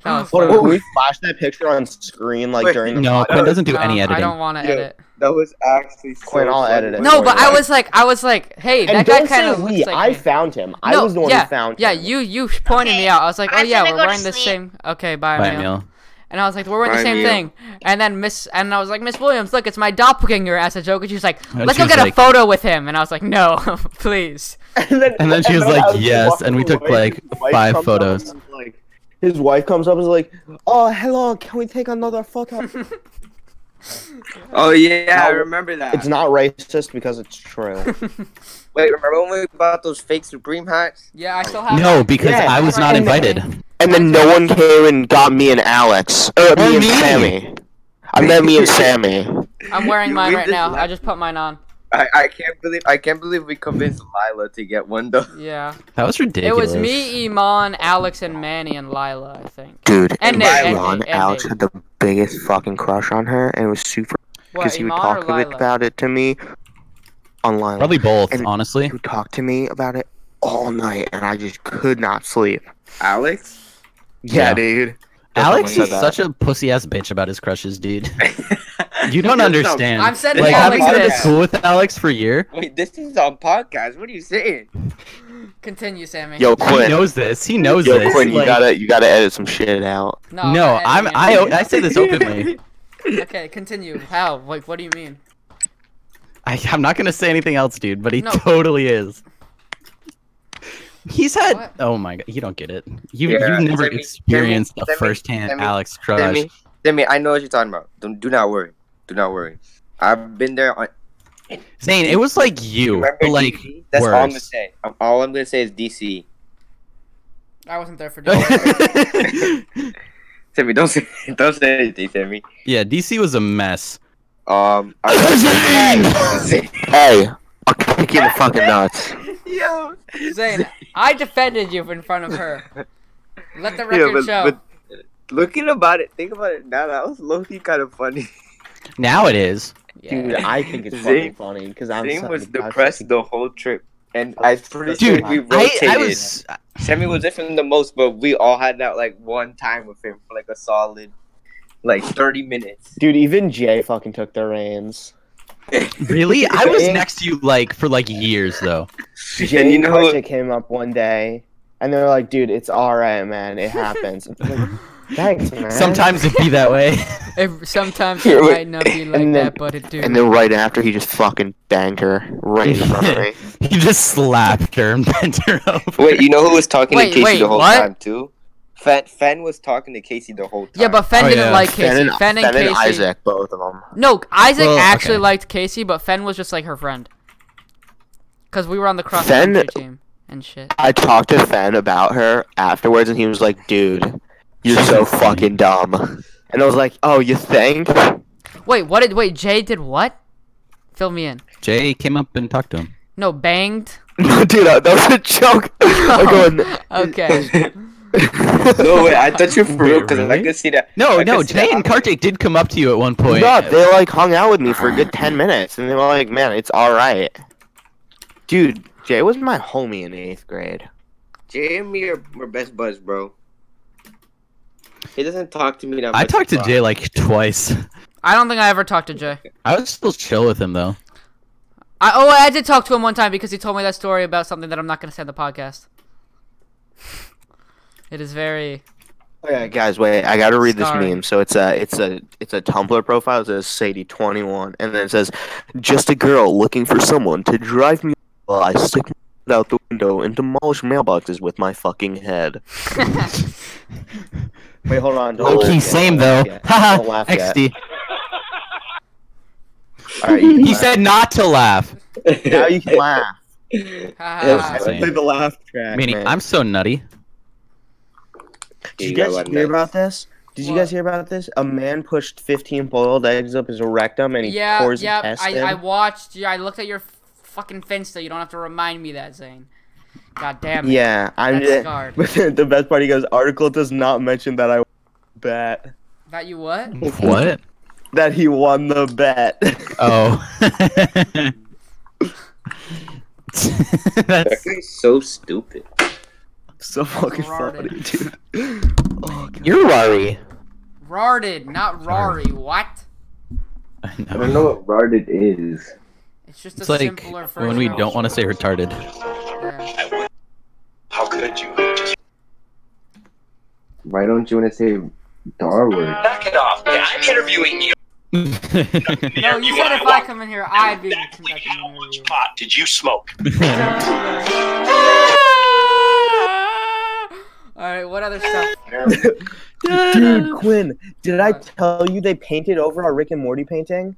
Speaker 2: That was
Speaker 6: Hold on,
Speaker 2: fun.
Speaker 6: can we flash that picture on screen like
Speaker 4: Wait,
Speaker 6: during the
Speaker 3: No, Quinn doesn't do
Speaker 2: No,
Speaker 3: any
Speaker 2: Um, I
Speaker 3: editing.
Speaker 2: don't want to
Speaker 4: Yeah.
Speaker 2: edit.
Speaker 4: That was actually so
Speaker 6: Quinn, I'll
Speaker 4: funny.
Speaker 6: edit it.
Speaker 2: No, but I
Speaker 6: Anyway.
Speaker 2: was like, I was like, hey,
Speaker 6: And
Speaker 2: that guy
Speaker 6: don't
Speaker 2: kind of
Speaker 6: say
Speaker 2: looks
Speaker 6: we.
Speaker 2: like
Speaker 6: I
Speaker 2: me.
Speaker 6: found him. I
Speaker 2: No,
Speaker 6: was the one
Speaker 2: yeah,
Speaker 6: who found
Speaker 2: Yeah,
Speaker 6: him.
Speaker 2: you you pointed
Speaker 1: Okay,
Speaker 2: me out. I was like, oh
Speaker 1: I'm
Speaker 2: yeah,
Speaker 1: gonna
Speaker 2: we're
Speaker 1: go to
Speaker 2: wearing the
Speaker 1: sleep.
Speaker 2: same. Okay, bye,
Speaker 3: Bye,
Speaker 2: Emil.
Speaker 3: Emil.
Speaker 2: And I was like, we're wearing the
Speaker 4: Bye,
Speaker 2: same
Speaker 4: Emil.
Speaker 2: thing. And then Miss and I was like, Miss Williams, look, it's my doppelganger as a joke. And she was like,
Speaker 3: And
Speaker 2: let's
Speaker 3: she
Speaker 2: go
Speaker 3: was
Speaker 2: get a
Speaker 3: like-
Speaker 2: photo with him. And I was like, no, please.
Speaker 6: and then,
Speaker 3: And then she was like,
Speaker 6: I
Speaker 3: "Yes,"
Speaker 6: walking
Speaker 3: and we took,
Speaker 6: away,
Speaker 3: like,
Speaker 6: his wife
Speaker 3: five
Speaker 6: comes up and
Speaker 3: photos.
Speaker 6: is like- his wife comes up and is like, "Oh, hello, can we take another photo?"
Speaker 4: Oh yeah, I
Speaker 6: No,
Speaker 4: remember that.
Speaker 6: it's not racist because it's true.
Speaker 4: Wait, remember when we bought those fake Supreme hats?
Speaker 2: Yeah, I still have.
Speaker 3: No, because
Speaker 6: Yeah,
Speaker 3: I was
Speaker 2: I'm
Speaker 3: not
Speaker 2: right.
Speaker 3: invited.
Speaker 8: And then no one came and got me and Alex. Uh, me
Speaker 3: Or
Speaker 8: and
Speaker 3: me.
Speaker 8: Sammy. I met me and Sammy.
Speaker 2: I'm wearing
Speaker 4: You
Speaker 2: mine
Speaker 4: read
Speaker 2: right
Speaker 4: this
Speaker 2: now. I
Speaker 4: last-
Speaker 2: just put mine on.
Speaker 4: I, I can't believe I can't believe we convinced Lila to get one though.
Speaker 2: Yeah,
Speaker 3: That was
Speaker 2: it
Speaker 3: ridiculous.
Speaker 2: was me, Iman, Alex, and Manny, and Lila, I think.
Speaker 8: Dude,
Speaker 2: And Nate, and
Speaker 8: Ryan,
Speaker 2: Nate, and
Speaker 8: Alex
Speaker 2: Nate.
Speaker 8: had the biggest fucking crush on her, and it was super because
Speaker 2: What,
Speaker 8: he would
Speaker 2: Iman or
Speaker 8: talk a bit
Speaker 2: Lila?
Speaker 8: about it to me online.
Speaker 3: Probably both,
Speaker 8: And-
Speaker 3: honestly.
Speaker 8: He would talk to me about it all night, and I just could not sleep.
Speaker 4: Alex?
Speaker 8: Yeah,
Speaker 3: Yeah.
Speaker 8: dude.
Speaker 3: Alex
Speaker 8: Definitely
Speaker 3: is
Speaker 8: said
Speaker 3: such a pussy ass bitch about his crushes, dude. You don't understand.
Speaker 2: I'm sending
Speaker 3: like having
Speaker 2: Alex
Speaker 3: been in
Speaker 2: this.
Speaker 3: school with Alex for a year,
Speaker 4: Wait, this is on podcast. What are you saying?
Speaker 2: Continue, Sammy.
Speaker 8: Yo,
Speaker 3: he
Speaker 8: Quinn.
Speaker 3: knows this. He knows
Speaker 8: Yo,
Speaker 3: this.
Speaker 8: Quinn, you
Speaker 3: like-
Speaker 8: gotta you gotta edit some shit out.
Speaker 2: no,
Speaker 3: No, I'm.
Speaker 2: editing
Speaker 3: I,
Speaker 2: it.
Speaker 3: I say this openly.
Speaker 2: Okay, continue. How? Like, what do you mean?
Speaker 3: I, I'm not gonna say anything else, dude. But he
Speaker 2: No.
Speaker 3: totally is. He's had.
Speaker 2: What?
Speaker 3: Oh my god, you don't get it. You
Speaker 4: Yeah,
Speaker 3: you've never
Speaker 4: Sammy,
Speaker 3: experienced
Speaker 4: Sammy,
Speaker 3: a
Speaker 4: Sammy,
Speaker 3: firsthand
Speaker 4: Sammy,
Speaker 3: Alex crush.
Speaker 4: Demi, Demi, I know what you're talking about. Don't do not worry. Do not worry. I've been there on
Speaker 3: Zane, it was like you,
Speaker 4: remember
Speaker 3: but like
Speaker 4: DC? That's all I'm gonna
Speaker 3: worse.
Speaker 4: say. I'm- all I'm gonna say is DC.
Speaker 2: I wasn't there for doing it.
Speaker 3: yeah,
Speaker 4: Timmy, don't say don't say anything, Timmy.
Speaker 3: DC was a mess.
Speaker 4: Um
Speaker 8: Zane! Hey, I'll kick you in the fucking nuts.
Speaker 4: Yo
Speaker 2: Zane, I defended you in front of her. Let the
Speaker 4: Yeah,
Speaker 2: record
Speaker 4: but-
Speaker 2: show.
Speaker 4: but- Looking about it, think about it now. That was low key kind of funny.
Speaker 3: Now it is.
Speaker 2: yeah.
Speaker 6: Dude, I think it's
Speaker 4: Zane-
Speaker 6: fucking funny because I'm.
Speaker 4: Zane was
Speaker 6: such a-
Speaker 4: depressed the whole trip, and I pretty sure
Speaker 3: Dude,
Speaker 4: we
Speaker 3: I,
Speaker 4: rotated.
Speaker 3: I was.
Speaker 4: Sammy was different the most, but we all had that like one time with him for like a solid, like thirty minutes.
Speaker 6: Dude, even Jay fucking took the reins.
Speaker 3: Really? I was
Speaker 6: Zane-
Speaker 3: next to you like for like years though.
Speaker 6: Jay
Speaker 4: and you
Speaker 6: and
Speaker 4: know,
Speaker 6: Karja came up one day, and they're like, "Dude, it's all right, man. It happens." I'm like, Thanks, man.
Speaker 3: Sometimes it be that way.
Speaker 2: If- sometimes
Speaker 4: Here,
Speaker 2: it
Speaker 4: wait.
Speaker 2: might not be like
Speaker 6: And then-
Speaker 2: that, but it do.
Speaker 8: And then right after, he just fucking banged her right in front of me.
Speaker 3: he just slapped her and bent her over.
Speaker 4: wait, you know who was talking
Speaker 2: Wait,
Speaker 4: to Casey
Speaker 2: wait,
Speaker 4: the whole
Speaker 2: what?
Speaker 4: time too? Fan, Fan was talking to Casey the whole time.
Speaker 2: yeah, but Fen
Speaker 3: Oh,
Speaker 2: didn't
Speaker 3: yeah.
Speaker 2: like
Speaker 8: Fen
Speaker 2: Casey.
Speaker 8: and,
Speaker 2: Fen,
Speaker 8: Fen and
Speaker 2: Casey.
Speaker 8: Isaac, both of them.
Speaker 2: No, Isaac
Speaker 3: Well,
Speaker 2: actually
Speaker 3: okay.
Speaker 2: liked Casey, but Fen was just like her friend. Cause we were on the cross
Speaker 8: Fen-
Speaker 2: country team and shit.
Speaker 8: I talked to Fen about her afterwards, and he was like, "Dude, you're so fucking dumb." And I was like, "Oh, you think?"
Speaker 2: Wait, what did? Wait, Jay did what? Fill me in.
Speaker 3: Jay came up and talked to him.
Speaker 2: No, banged.
Speaker 8: No, dude, that was a joke. I'm going.
Speaker 2: Okay.
Speaker 4: no way, I thought you were for
Speaker 3: Wait,
Speaker 4: real because I
Speaker 3: really?
Speaker 4: could see that.
Speaker 3: No,
Speaker 4: I
Speaker 3: no,
Speaker 4: could see
Speaker 3: Jay
Speaker 4: that
Speaker 3: and
Speaker 4: happening.
Speaker 3: Kartik did come up to you at one point.
Speaker 8: No, they like hung out with me for a good ten minutes, and they were like, "Man, it's all right." Dude, Jay was my homie in eighth grade.
Speaker 4: Jay and me are, are best buds, bro. He doesn't talk to me that much.
Speaker 3: I talked to
Speaker 4: bro.
Speaker 3: Jay like twice.
Speaker 2: I don't think I ever talked to Jay.
Speaker 3: I was still chill with him though.
Speaker 2: I oh I did talk to him one time because he told me that story about something that I'm not gonna say on the podcast. It is very.
Speaker 8: Okay, Oh, guys, wait. I gotta read
Speaker 2: Sorry.
Speaker 8: this meme. So it's a, it's a, it's a Tumblr profile. It says Sadie twenty one, and then it says, "Just a girl looking for someone to drive me while I stick my head out the window and demolish mailboxes with my fucking head." Wait, hold on.
Speaker 3: Low key, same though.
Speaker 8: Don't
Speaker 3: Haha,
Speaker 8: laugh yet.
Speaker 3: XD.
Speaker 8: All right, you can
Speaker 3: He said not to laugh.
Speaker 8: now you can laugh.
Speaker 2: Ha, ha.
Speaker 3: Insane.
Speaker 9: Play the laugh track.
Speaker 3: Meaning,
Speaker 8: man.
Speaker 3: I'm so nutty.
Speaker 4: Yeah,
Speaker 6: Did you
Speaker 4: gotta
Speaker 6: guys
Speaker 4: let him
Speaker 6: hear
Speaker 4: know.
Speaker 6: about this? Did you
Speaker 2: What?
Speaker 6: guys hear about this? A man pushed 15 boiled eggs up his rectum and he
Speaker 2: yeah,
Speaker 6: pours
Speaker 2: yeah. I,
Speaker 6: intestine.
Speaker 2: I watched. Yeah, I looked at your f- fucking finsta. You don't have to remind me that, Zane. God damn it.
Speaker 6: yeah, I'm
Speaker 2: That's
Speaker 6: just.
Speaker 2: scarred.
Speaker 6: But then the best part, he goes, article does not mention that I won the bet.
Speaker 2: That you what?
Speaker 3: What?
Speaker 6: That he won the bet.
Speaker 3: Oh. That's,
Speaker 4: That guy's so stupid.
Speaker 6: so fucking funny,
Speaker 2: Rarded.
Speaker 6: dude.
Speaker 8: You're worried.
Speaker 2: Rarded, not Rari. What?
Speaker 9: I don't know what retarded is.
Speaker 2: It's just a
Speaker 3: It's like
Speaker 2: simpler version.
Speaker 3: when we
Speaker 2: of-
Speaker 3: don't want to say retarded.
Speaker 2: Yeah.
Speaker 10: How could you? Just
Speaker 9: Why don't you want to say Darwin?
Speaker 10: knock it off. Yeah, I'm interviewing you.
Speaker 2: No, you
Speaker 10: You
Speaker 2: said
Speaker 10: wanna
Speaker 2: if
Speaker 10: walk-
Speaker 2: I come in here, I'd be
Speaker 10: Exactly
Speaker 2: conducting
Speaker 10: how
Speaker 2: an
Speaker 10: much
Speaker 2: interview.
Speaker 10: pot did you smoke?
Speaker 2: Alright, what other stuff?
Speaker 6: Dude, Quinn, did I
Speaker 2: What?
Speaker 6: tell you they painted over our Rick and Morty painting?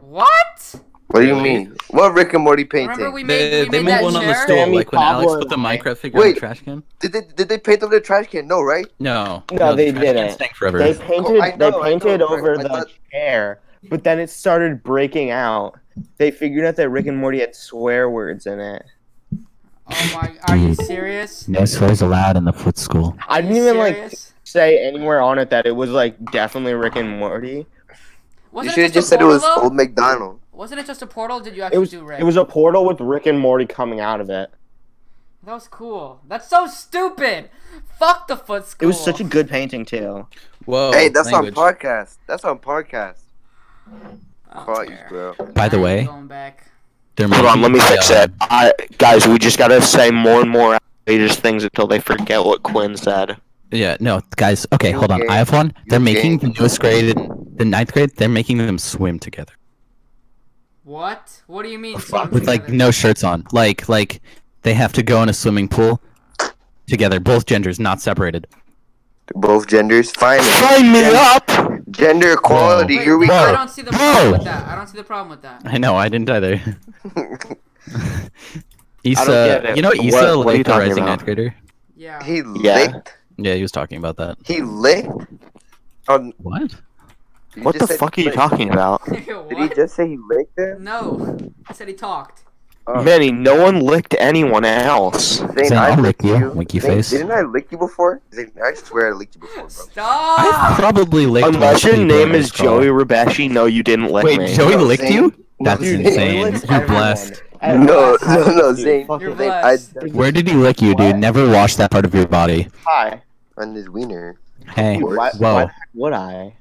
Speaker 2: What?
Speaker 9: What do you mean? What Rick and Morty
Speaker 2: Remember
Speaker 9: painting?
Speaker 2: we made,
Speaker 3: They,
Speaker 2: we
Speaker 3: they
Speaker 2: made that
Speaker 3: moved one on the
Speaker 2: chair?
Speaker 3: stool,
Speaker 6: Sammy
Speaker 3: like when Alex
Speaker 6: Pablo
Speaker 3: put the
Speaker 6: and I-
Speaker 3: Minecraft figure in
Speaker 9: Wait.
Speaker 3: the trash can.
Speaker 9: Did they did they paint over the trash can? No, right?
Speaker 3: No,
Speaker 6: No, they
Speaker 3: the trash can
Speaker 6: didn't.
Speaker 3: stank forever.
Speaker 6: They painted.
Speaker 9: I
Speaker 6: they
Speaker 9: know, I
Speaker 6: painted
Speaker 9: know, right.
Speaker 6: over
Speaker 9: I
Speaker 6: the
Speaker 9: thought-
Speaker 6: chair, but then it started breaking out. They figured out that Rick and Morty had swear words in it.
Speaker 2: Oh my, are you serious?
Speaker 3: No swears allowed in the foot school.
Speaker 6: I
Speaker 2: Are
Speaker 6: didn't
Speaker 2: you
Speaker 6: even like
Speaker 2: serious?
Speaker 6: say anywhere on it that it was like definitely Rick and Morty.
Speaker 9: You
Speaker 2: Wasn't
Speaker 9: should
Speaker 2: it
Speaker 9: have just
Speaker 2: just, a
Speaker 9: said it
Speaker 2: portal,
Speaker 9: was
Speaker 2: though?
Speaker 9: Old McDonald.
Speaker 2: Wasn't it just a portal? Did you
Speaker 6: It
Speaker 2: actually
Speaker 6: was
Speaker 2: do red?
Speaker 6: it was a portal with Rick and Morty coming out of it.
Speaker 2: That was cool. That's so stupid. Fuck the foot school.
Speaker 6: It was such a good painting too.
Speaker 3: Whoa.
Speaker 9: hey, that's
Speaker 3: Oh, language.
Speaker 9: on podcast. That's on podcast.
Speaker 2: Oh,
Speaker 9: Caught you,
Speaker 2: there.
Speaker 9: bro.
Speaker 3: By the
Speaker 2: I ain't
Speaker 3: way-
Speaker 2: going back.
Speaker 3: There might
Speaker 8: Hold on,
Speaker 3: be
Speaker 8: let me fix
Speaker 3: a-
Speaker 8: it. I, guys, we just gotta say more and more outrageous things until they forget what Quinn said.
Speaker 3: Yeah, no, guys. Okay,
Speaker 9: You
Speaker 3: hold on.
Speaker 9: gay.
Speaker 3: I have one. They're
Speaker 9: You
Speaker 3: making
Speaker 9: gay.
Speaker 3: the newest grade, and the ninth grade. They're making them swim together
Speaker 2: What? What do you mean? swim
Speaker 3: with like
Speaker 2: together?
Speaker 3: no shirts on. Like, like they have to go in a swimming pool together, both genders, not separated.
Speaker 9: Both genders. Fine.
Speaker 8: Sign me up!
Speaker 9: Gender equality.
Speaker 2: Wait,
Speaker 9: Here we
Speaker 2: no, I
Speaker 9: go.
Speaker 2: don't see the problem
Speaker 3: Whoa.
Speaker 2: with that. I don't see the problem with that.
Speaker 3: I know. I didn't either.
Speaker 8: get
Speaker 3: Issa,
Speaker 8: it.
Speaker 3: you know
Speaker 8: What-
Speaker 3: Issa,
Speaker 8: what are you
Speaker 3: like the
Speaker 8: talking
Speaker 3: rising
Speaker 8: about?
Speaker 3: ninth grader.
Speaker 2: Yeah.
Speaker 9: He
Speaker 8: Yeah.
Speaker 9: licked.
Speaker 3: Yeah, he was talking about that.
Speaker 9: He licked. On.
Speaker 3: What?
Speaker 9: you
Speaker 8: What
Speaker 9: just
Speaker 8: the
Speaker 9: said
Speaker 8: fuck are
Speaker 9: he
Speaker 8: you
Speaker 9: licked.
Speaker 8: talking about?
Speaker 9: Did he
Speaker 2: what?
Speaker 9: just say he licked it?
Speaker 2: No. I said he talked.
Speaker 9: Oh.
Speaker 8: Manny, no one licked anyone else.
Speaker 2: Oh.
Speaker 9: Zane,
Speaker 3: Zane,
Speaker 9: I
Speaker 3: I'll
Speaker 9: licked
Speaker 3: lick you,
Speaker 9: you.
Speaker 3: winky
Speaker 9: Zane,
Speaker 3: face.
Speaker 9: Didn't I lick you before? Zane, I swear I licked you before, bro.
Speaker 3: I
Speaker 2: Stop!
Speaker 3: probably licked.
Speaker 8: Unless
Speaker 3: most
Speaker 8: your
Speaker 3: people
Speaker 8: name
Speaker 3: in
Speaker 8: is
Speaker 3: this call.
Speaker 8: Joey Rabeshi, no, you didn't lick
Speaker 3: Wait,
Speaker 8: me.
Speaker 3: Joey
Speaker 9: No,
Speaker 3: Oh, licked
Speaker 9: Zane-
Speaker 3: you?
Speaker 9: no,
Speaker 3: That's
Speaker 9: Zane,
Speaker 3: insane.
Speaker 9: Zane,
Speaker 3: You're blessed.
Speaker 9: No, no, no, Zane.
Speaker 2: You're
Speaker 9: Zane, I
Speaker 2: blessed.
Speaker 3: Where did he lick you, dude? Never wash that part of your body.
Speaker 6: Hi.
Speaker 9: on his wiener.
Speaker 3: Hey.
Speaker 9: Dude,
Speaker 6: Why,
Speaker 3: Whoa.
Speaker 6: why the heck would I?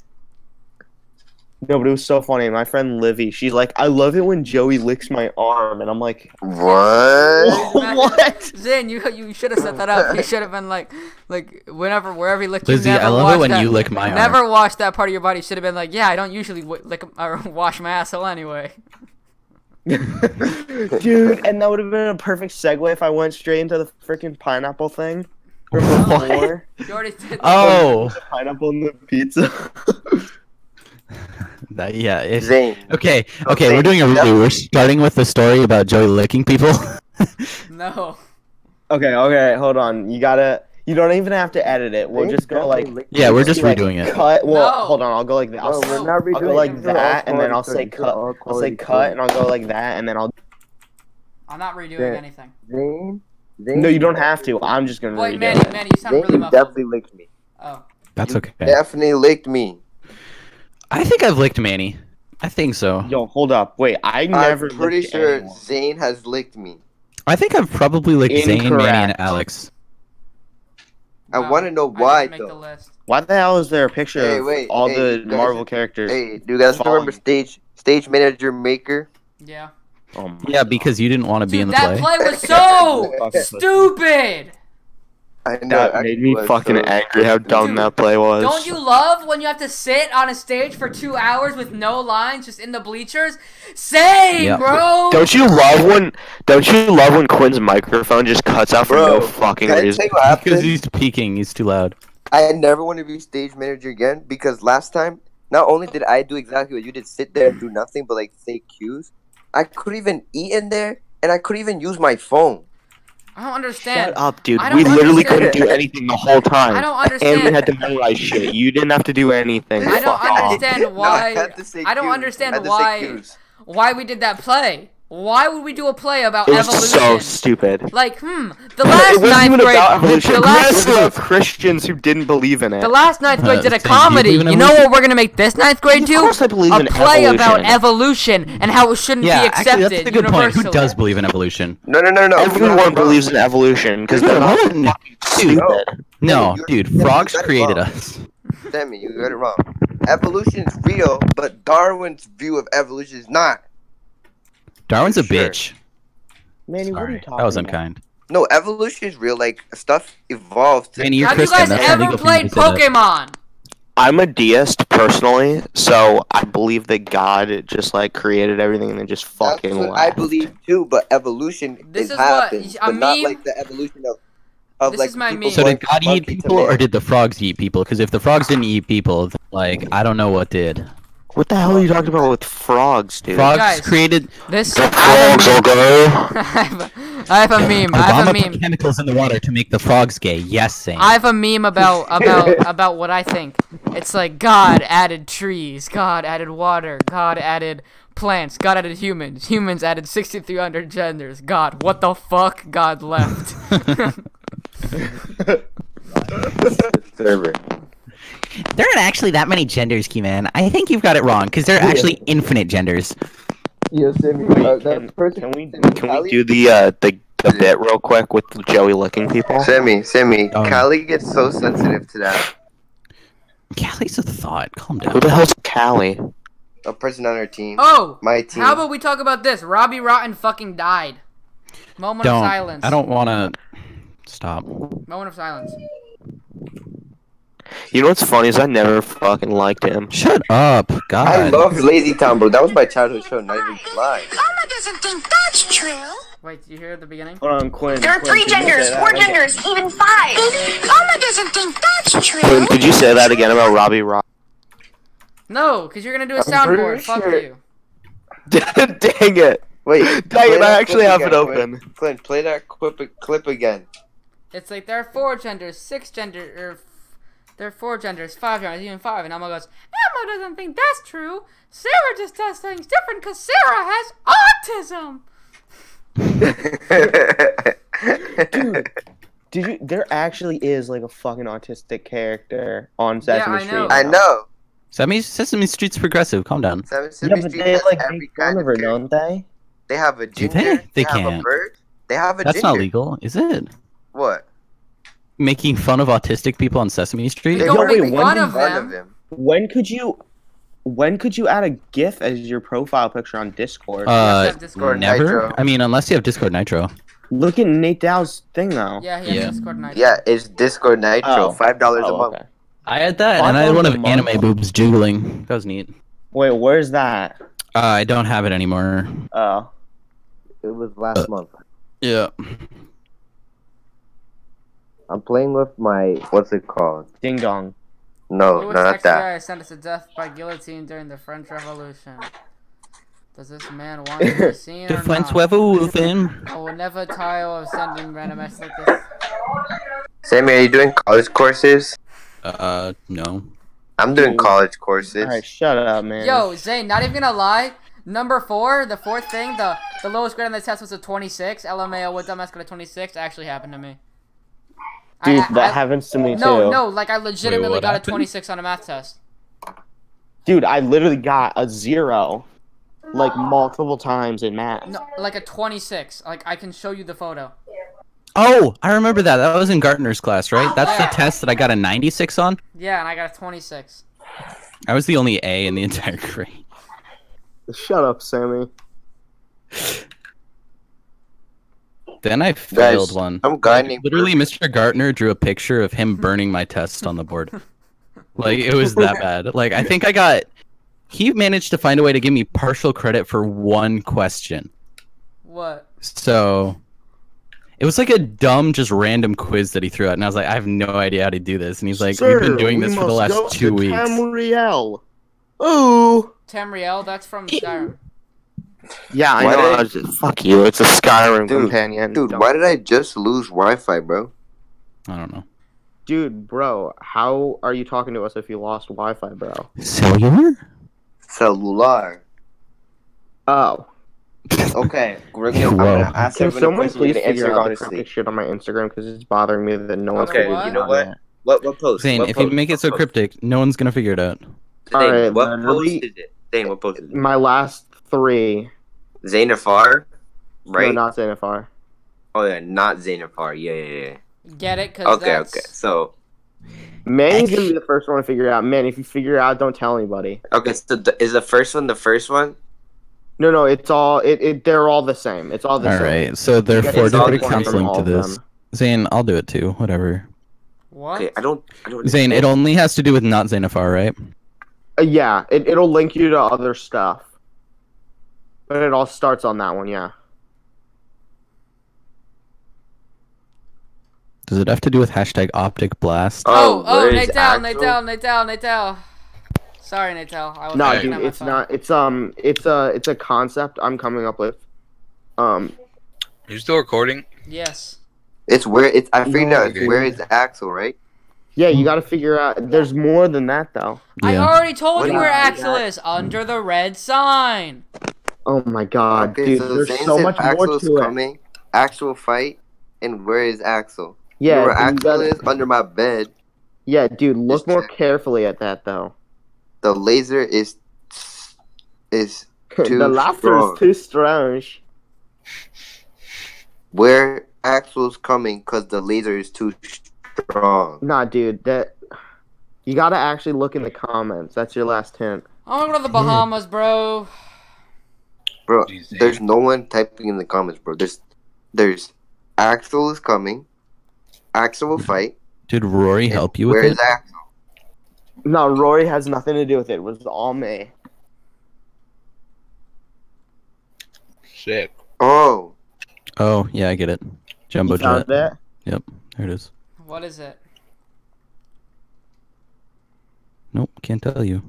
Speaker 6: No, but it was so funny. My friend Livy, she's like, I love it when Joey licks my arm, and I'm like,
Speaker 9: What?
Speaker 6: what?
Speaker 2: Zane, you you should have set that up. You should have been like, like whenever wherever he licked you.
Speaker 3: Lizzie,
Speaker 2: never
Speaker 3: I love
Speaker 2: wash
Speaker 3: it when
Speaker 2: that,
Speaker 3: you lick my arm.
Speaker 2: Never wash that part of your body. Should have been like, yeah, I don't usually w- lick or wash my asshole anyway.
Speaker 6: Dude, and that would have been a perfect segue if I went straight into the freaking pineapple thing. Remember
Speaker 3: What?
Speaker 6: before?
Speaker 2: You already did. that.
Speaker 3: Oh,
Speaker 6: Pineapple in the pizza.
Speaker 3: that, yeah. It,
Speaker 9: Zane.
Speaker 3: okay, okay, we're
Speaker 9: Zane,
Speaker 3: doing a
Speaker 9: that-
Speaker 3: redo. We're starting with the story about Joey licking people.
Speaker 2: no.
Speaker 6: okay, okay, hold on. You gotta. You don't even have to edit it. We'll just go like.
Speaker 3: yeah, we're just
Speaker 6: like,
Speaker 3: redoing it.
Speaker 6: Cut. Well,
Speaker 2: No.
Speaker 6: hold on. I'll go like that.
Speaker 7: Bro,
Speaker 6: I'll,
Speaker 7: we're not redoing
Speaker 6: I'll go like
Speaker 7: it.
Speaker 6: that, and then I'll
Speaker 7: These are
Speaker 6: say
Speaker 7: all
Speaker 6: cut.
Speaker 7: quality
Speaker 6: I'll say
Speaker 7: cuts.
Speaker 6: cut, and I'll go like that, and then I'll.
Speaker 2: I'm not redoing
Speaker 7: Yeah.
Speaker 2: anything.
Speaker 7: Zane, Zane,
Speaker 6: No, you don't have to. I'm just gonna
Speaker 2: Wait,
Speaker 6: read
Speaker 2: Manny,
Speaker 6: it.
Speaker 2: Manny, you sound
Speaker 9: Zane,
Speaker 2: really
Speaker 9: you
Speaker 2: muffled.
Speaker 9: definitely licked me.
Speaker 2: Oh,
Speaker 3: That's okay.
Speaker 9: Definitely licked me.
Speaker 3: I think I've licked Manny. I think so.
Speaker 6: Yo, hold up. Wait, I never.
Speaker 9: I'm pretty
Speaker 6: licked
Speaker 9: sure
Speaker 6: anyone.
Speaker 9: Zane has licked me.
Speaker 3: I think I've probably licked Zane, Manny,
Speaker 6: Incorrect.
Speaker 3: and Alex.
Speaker 9: I
Speaker 2: no,
Speaker 9: wanna know
Speaker 2: I didn't
Speaker 9: why,
Speaker 2: make the
Speaker 9: though.
Speaker 2: list.
Speaker 6: Why the hell is there a picture
Speaker 9: Hey,
Speaker 6: of
Speaker 9: wait,
Speaker 6: all
Speaker 9: hey,
Speaker 6: the
Speaker 9: you guys-
Speaker 6: Marvel characters?
Speaker 9: Hey, do you guys
Speaker 6: Follow
Speaker 9: remember
Speaker 6: me.
Speaker 9: stage stage manager maker?
Speaker 2: Yeah.
Speaker 6: Oh my
Speaker 3: Yeah, because you didn't want to be
Speaker 2: Dude,
Speaker 3: in the
Speaker 2: that
Speaker 3: play.
Speaker 2: play was so
Speaker 6: God.
Speaker 2: stupid.
Speaker 4: I know.
Speaker 8: That made me
Speaker 4: actually,
Speaker 8: fucking
Speaker 4: so-
Speaker 8: angry how dumb
Speaker 2: Dude,
Speaker 8: that play was.
Speaker 2: Don't you love when you have to sit on a stage for two hours with no lines, just in the bleachers? Same,
Speaker 3: Yeah.
Speaker 2: bro.
Speaker 8: Don't you love when? Don't you love when Quinn's microphone just cuts out for
Speaker 4: Bro,
Speaker 8: no fucking
Speaker 4: Can I
Speaker 8: reason?
Speaker 4: tell you what
Speaker 3: Because
Speaker 4: happened?
Speaker 3: he's peeking, he's too loud.
Speaker 4: I never want to be stage manager again because last time, not only did I do exactly what you did, sit there and do nothing but like take cues, I couldn't even eat in there and I couldn't even use my phone.
Speaker 2: I don't understand.
Speaker 8: Shut up, dude.
Speaker 2: I
Speaker 8: We
Speaker 2: don't
Speaker 8: literally
Speaker 2: understand.
Speaker 8: couldn't do anything the whole time.
Speaker 2: I don't
Speaker 8: And we
Speaker 2: understand.
Speaker 8: had to memorize shit. You didn't have to do anything.
Speaker 2: I don't
Speaker 8: Fuck off.
Speaker 2: understand
Speaker 4: No,
Speaker 2: why-
Speaker 4: had to say
Speaker 2: I don't
Speaker 4: cues.
Speaker 2: understand
Speaker 4: I had to say
Speaker 2: why-
Speaker 4: cues.
Speaker 2: Why we did that play? Why would we do a play about
Speaker 8: It
Speaker 2: evolution?
Speaker 8: was so stupid.
Speaker 2: like, hmm, the last
Speaker 8: it wasn't
Speaker 2: ninth
Speaker 8: even
Speaker 2: grade,
Speaker 8: about evolution.
Speaker 2: the
Speaker 8: It was
Speaker 2: last,
Speaker 8: about Christians who didn't believe in it.
Speaker 2: the last ninth grade
Speaker 3: Uh,
Speaker 2: did a
Speaker 3: Sam, do you
Speaker 2: comedy.
Speaker 3: believe in
Speaker 2: You know
Speaker 3: evolution?
Speaker 2: what we're gonna make this ninth grade
Speaker 8: of
Speaker 2: do?
Speaker 8: course I believe
Speaker 2: a
Speaker 8: in
Speaker 2: play about
Speaker 8: evolution.
Speaker 2: evolution and how it shouldn't
Speaker 3: Yeah,
Speaker 2: be
Speaker 3: actually,
Speaker 2: accepted
Speaker 3: that's a good point.
Speaker 2: universally.
Speaker 3: Who does believe in evolution?
Speaker 4: No, no, no, no.
Speaker 8: Everyone believes in evolution because they're not
Speaker 3: No,
Speaker 8: stupid.
Speaker 3: no,
Speaker 4: You're-
Speaker 3: dude,
Speaker 4: you're-
Speaker 3: frogs
Speaker 4: you're-
Speaker 3: created us.
Speaker 4: Demi, you got it wrong. Evolution's real, but Darwin's view of evolution is not.
Speaker 3: Darwin's a
Speaker 4: Sure.
Speaker 3: bitch.
Speaker 6: Manny, what are you
Speaker 3: Sorry,
Speaker 6: talking
Speaker 3: that was
Speaker 6: about?
Speaker 3: unkind.
Speaker 4: No, evolution is real. Like stuff evolved.
Speaker 3: Manny, you're
Speaker 2: Have you
Speaker 3: Christian.
Speaker 2: guys
Speaker 3: that's
Speaker 2: ever
Speaker 3: illegal for you
Speaker 2: played
Speaker 3: to say that.
Speaker 2: Pokemon?
Speaker 8: I'm a deist personally, so I believe that God just like created everything and then just
Speaker 4: That's
Speaker 8: fucking
Speaker 4: what I
Speaker 8: left.
Speaker 4: believe too, but evolution
Speaker 2: This
Speaker 4: is
Speaker 2: is what-
Speaker 4: happens,
Speaker 2: a
Speaker 4: but not
Speaker 2: meme-
Speaker 4: like the evolution of of
Speaker 2: This
Speaker 4: like
Speaker 2: is my
Speaker 4: people
Speaker 2: meme.
Speaker 3: So
Speaker 4: going
Speaker 3: did
Speaker 4: from
Speaker 3: God eat
Speaker 4: monkey to
Speaker 3: people, or
Speaker 4: man.
Speaker 3: did the frogs eat people? Because if the frogs didn't eat people, then, like I don't know what did.
Speaker 8: What the hell are you talking about with frogs, dude?
Speaker 3: Frogs
Speaker 2: Guys.
Speaker 3: created.
Speaker 2: This
Speaker 8: The
Speaker 2: I
Speaker 8: frogs are gay.
Speaker 2: have, I have a meme. I have
Speaker 3: Obama
Speaker 2: a meme.
Speaker 3: put chemicals in the water to make the frogs gay. Yes, Sam.
Speaker 2: I have a meme about about about what I think. It's like God added trees, God added water, God added plants, God added humans, humans added 6,300 genders. God, what the fuck? God left.
Speaker 4: server?
Speaker 3: There aren't actually that many genders, Keyman. I think you've got it wrong because there are actually infinite genders.
Speaker 6: Yo, Sammy,
Speaker 8: Wait,
Speaker 6: uh, that
Speaker 8: can-
Speaker 6: person.
Speaker 8: Can we
Speaker 4: Sammy,
Speaker 8: can we
Speaker 4: Callie-
Speaker 8: do the uh the, the bit real quick with the Joey licking people?
Speaker 4: Sammy, Sammy,
Speaker 3: Oh.
Speaker 4: Callie gets so sensitive to that.
Speaker 3: Callie's a thought. Calm
Speaker 8: Who
Speaker 3: down.
Speaker 8: the hell's Callie?
Speaker 4: A person on her team,
Speaker 2: oh,
Speaker 4: my team.
Speaker 2: how about we talk about this? Robbie Rotten fucking died. Moment
Speaker 3: Don't.
Speaker 2: of silence.
Speaker 3: I don't want to. Stop.
Speaker 2: Moment of silence.
Speaker 8: You know what's funny is I never fucking liked him.
Speaker 3: Shut up, God.
Speaker 4: I loved Lazy Town, bro. That was my childhood show. Not even lie.
Speaker 11: Mama doesn't think that's true.
Speaker 2: Wait, did you hear at the beginning?
Speaker 12: Hold on, Quinn.
Speaker 11: There are
Speaker 12: Quinn,
Speaker 11: three
Speaker 12: can you say
Speaker 11: genders,
Speaker 12: that
Speaker 11: four
Speaker 12: again?
Speaker 11: genders, even five. Mama doesn't think that's true.
Speaker 8: Quinn, could you say that again about Robbie Rock?
Speaker 2: No, because you're going to do a
Speaker 6: I'm pretty
Speaker 2: soundboard. Fuck
Speaker 6: sure-
Speaker 2: you.
Speaker 8: Dang it!
Speaker 4: Wait,
Speaker 8: Dang
Speaker 4: play
Speaker 8: it!
Speaker 4: that
Speaker 8: I actually
Speaker 4: clip
Speaker 8: have
Speaker 4: again,
Speaker 8: it
Speaker 4: Quinn.
Speaker 8: open.
Speaker 4: Quinn, play that clip, clip again.
Speaker 2: It's like there are four genders, six gender, or f- there are four genders, five genders, even five. And Elmo goes, Elmo doesn't think that's true. Sarah just does things different because Sarah has autism.
Speaker 6: Dude, did you? There actually is like a fucking autistic character on
Speaker 2: Yeah,
Speaker 6: Sesame
Speaker 2: I know.
Speaker 6: Street.
Speaker 4: I
Speaker 6: now.
Speaker 4: know.
Speaker 3: Sesame, Sesame Street's progressive. Calm down.
Speaker 4: Seven
Speaker 6: Yeah,
Speaker 4: Sesame
Speaker 6: but
Speaker 4: Street
Speaker 6: they
Speaker 4: has
Speaker 6: like
Speaker 4: every
Speaker 6: make fun
Speaker 4: kind
Speaker 6: of her,
Speaker 4: of character.
Speaker 6: don't they?
Speaker 4: They have a
Speaker 3: Do
Speaker 4: ginger.
Speaker 3: they? They
Speaker 4: have a
Speaker 3: can't.
Speaker 4: bird. They have a
Speaker 3: That's
Speaker 4: ginger.
Speaker 3: not legal, is it?
Speaker 4: What?
Speaker 3: Making fun of autistic people on Sesame Street?
Speaker 2: We
Speaker 4: They
Speaker 2: don't
Speaker 6: were
Speaker 2: make
Speaker 6: making
Speaker 2: fun
Speaker 6: fun
Speaker 2: of
Speaker 4: One
Speaker 2: them.
Speaker 4: of them.
Speaker 6: When could you? When could you add a GIF as your profile picture on Discord?
Speaker 3: Uh,
Speaker 2: Discord
Speaker 3: never.
Speaker 4: Nitro.
Speaker 3: I mean, unless you have Discord Nitro.
Speaker 6: Look at Nate Dow's thing though.
Speaker 2: Yeah, he has
Speaker 3: Yeah.
Speaker 2: Discord night.
Speaker 4: Mm. Yeah, it's Discord Nitro.
Speaker 6: Oh.
Speaker 4: Five dollars a
Speaker 6: Oh,
Speaker 4: month.
Speaker 6: okay.
Speaker 3: I had that,
Speaker 6: Oh, I
Speaker 3: and I had
Speaker 6: thought it
Speaker 3: one
Speaker 6: was
Speaker 3: of
Speaker 6: a
Speaker 3: anime
Speaker 6: manga.
Speaker 3: boobs jiggling. That was neat.
Speaker 6: Wait, where's that?
Speaker 3: Uh, I don't have it anymore.
Speaker 6: Oh,
Speaker 4: It was last month.
Speaker 3: Yeah.
Speaker 4: I'm playing with my what's it called?
Speaker 6: ding dong.
Speaker 4: No,
Speaker 2: Louis
Speaker 4: not that.
Speaker 2: XY sentenced to death by guillotine during the French Revolution. Does this man want to be seen or not? I will never tire of sending random messages like this.
Speaker 4: Sammy, are you doing college courses?
Speaker 3: Uh, no.
Speaker 4: I'm doing
Speaker 6: Ooh.
Speaker 4: college courses.
Speaker 6: All right, shut up, man.
Speaker 2: Yo, Zane, not even gonna lie. Number four, the fourth thing, the the lowest grade on the test was a 26. LMAO, what dumbass got a 26? Actually happened to me. I-
Speaker 6: dude,
Speaker 2: I-
Speaker 6: that
Speaker 2: I-
Speaker 6: happens to me
Speaker 2: No,
Speaker 6: too.
Speaker 2: no, like I legitimately
Speaker 3: what
Speaker 2: got a
Speaker 3: happened?
Speaker 2: 26 on a math test.
Speaker 6: dude, I literally got a zero, like multiple times in math.
Speaker 2: No, like a 26. Like I can show you the photo.
Speaker 3: Oh, I remember that. That was in Gartner's class, right? That's the test that I got a 96 on.
Speaker 2: Yeah, and I got a 26.
Speaker 3: I was the only A in the entire grade.
Speaker 6: Shut up, Sammy.
Speaker 3: Then I failed
Speaker 4: Guys,
Speaker 3: one.
Speaker 4: some guy
Speaker 3: Like,
Speaker 4: named
Speaker 3: literally, Mr. Gartner drew a picture of him burning my test on the board. Like it was that bad. Like I think I got. He managed to find a way to give me partial credit for one question.
Speaker 2: What?
Speaker 3: So it was like a dumb, just random quiz that he threw out, and I was like, I have no idea how to do this. And he's like, We've been doing this for the last two weeks.
Speaker 6: Tamriel. Ooh.
Speaker 2: Tamriel, that's from Skyrim.
Speaker 8: Yeah, I
Speaker 4: Why
Speaker 8: know.
Speaker 4: did
Speaker 8: I was just, fuck you. It's a Skyrim
Speaker 4: Dude,
Speaker 8: companion.
Speaker 4: Dude,
Speaker 8: Don't-
Speaker 4: why did I just lose Wi-Fi, bro?
Speaker 3: I don't know.
Speaker 6: Dude, bro, how are you talking to us if you lost Wi-Fi, bro?
Speaker 3: Cellular?
Speaker 4: Cellular.
Speaker 6: Oh.
Speaker 4: Okay, we're gonna, I'm
Speaker 3: Whoa.
Speaker 4: gonna ask
Speaker 6: Can
Speaker 4: everyone a
Speaker 6: someone
Speaker 4: question. We're
Speaker 6: please
Speaker 4: gonna
Speaker 6: figure
Speaker 4: answer
Speaker 6: out the
Speaker 4: honestly.
Speaker 6: cryptic shit on my Instagram because it's bothering me that no one's
Speaker 2: Okay,
Speaker 6: gonna
Speaker 4: You
Speaker 2: What?
Speaker 4: know
Speaker 6: get
Speaker 4: what?
Speaker 6: on
Speaker 4: What what post?
Speaker 3: Zane,
Speaker 4: what
Speaker 3: if you
Speaker 4: post?
Speaker 3: make it so
Speaker 4: What
Speaker 3: cryptic, no one's gonna figure it out.
Speaker 4: post? Zane,
Speaker 6: Alright,
Speaker 4: what
Speaker 6: literally-
Speaker 4: post is it? Zane, what post is
Speaker 6: that. My last three.
Speaker 4: it? Zanafar,
Speaker 6: No,
Speaker 4: right?
Speaker 6: not Xanafar.
Speaker 4: oh yeah, not Zanafar. Yeah, yeah, yeah.
Speaker 2: Get it? Cause
Speaker 4: Okay,
Speaker 2: that's...
Speaker 4: okay. So
Speaker 6: Manny's gonna be the first one to figure it out. Man, if you figure it out, don't tell anybody.
Speaker 4: okay, so the, is the first one the first one?
Speaker 6: No, no, it's all it. it they're all the same. It's all the
Speaker 3: All
Speaker 6: same.
Speaker 3: right, so there are
Speaker 6: Yeah,
Speaker 3: four
Speaker 4: it's all
Speaker 3: different
Speaker 4: points
Speaker 3: accounts
Speaker 4: from
Speaker 3: linked
Speaker 6: all
Speaker 3: to
Speaker 6: of
Speaker 3: this.
Speaker 6: them.
Speaker 3: Zane, I'll do it too. Whatever.
Speaker 2: What?
Speaker 4: Okay, I don't. I don't.
Speaker 3: Zane, it only has to do with not Xanafar, right?
Speaker 6: Uh, yeah, it, it'll link you to other stuff. But it all starts on that one, yeah.
Speaker 3: Does it have to do with hashtag optic blast?
Speaker 2: Oh, oh,
Speaker 4: where is
Speaker 2: Natel,
Speaker 4: actual-
Speaker 2: Natel, Natel, Natel. Sorry, Natel. I was
Speaker 6: No,
Speaker 5: Hey.
Speaker 2: looking
Speaker 6: dude,
Speaker 2: at my
Speaker 6: it's
Speaker 2: phone.
Speaker 6: not. It's um, it's a, it's a concept I'm coming up with. Um,
Speaker 5: You still recording?
Speaker 2: Yes.
Speaker 4: It's where it's. I figured out.
Speaker 5: Okay.
Speaker 4: It's where is Axel, right?
Speaker 6: yeah,
Speaker 3: Hmm.
Speaker 6: you got to figure out. There's more than that, though.
Speaker 2: I
Speaker 3: Yeah.
Speaker 2: already told
Speaker 4: What
Speaker 2: you
Speaker 4: do
Speaker 2: where
Speaker 4: you mean?
Speaker 2: Axel is. Under the red sign.
Speaker 6: Oh my god,
Speaker 4: Okay,
Speaker 6: dude,
Speaker 4: so
Speaker 6: there's
Speaker 4: Zane
Speaker 6: so
Speaker 4: said
Speaker 6: much more
Speaker 4: Axel's
Speaker 6: to it.
Speaker 4: coming. Actual fight, and where is Axel? You know
Speaker 6: Yeah,
Speaker 4: where
Speaker 6: dude, you
Speaker 4: Axel
Speaker 6: gotta-
Speaker 4: is under my bed.
Speaker 6: yeah, dude, look
Speaker 4: Just
Speaker 6: more
Speaker 4: check.
Speaker 6: carefully at that though.
Speaker 4: The laser is is Too
Speaker 6: the laughter
Speaker 4: strong.
Speaker 6: is too strange.
Speaker 4: where Axel's coming because the laser is too strong.
Speaker 6: Nah, dude, that you gotta actually look in the comments. That's your last hint.
Speaker 2: I want to go
Speaker 3: Hmm.
Speaker 2: to the Bahamas, bro.
Speaker 4: Bro,
Speaker 5: Jeez, Zane.
Speaker 4: there's no one typing in the comments, bro. There's there's Axel is coming. Axel will fight.
Speaker 3: Did Rory help you with
Speaker 4: Where
Speaker 3: it?
Speaker 4: is Axel?
Speaker 6: No, Rory has nothing to do with it. It was all me.
Speaker 5: Shit.
Speaker 4: Oh,
Speaker 3: Oh, yeah, I get it. Jumbo
Speaker 6: You found
Speaker 3: jet. There
Speaker 6: that?
Speaker 3: it is.
Speaker 2: What is it?
Speaker 3: Nope, can't tell you.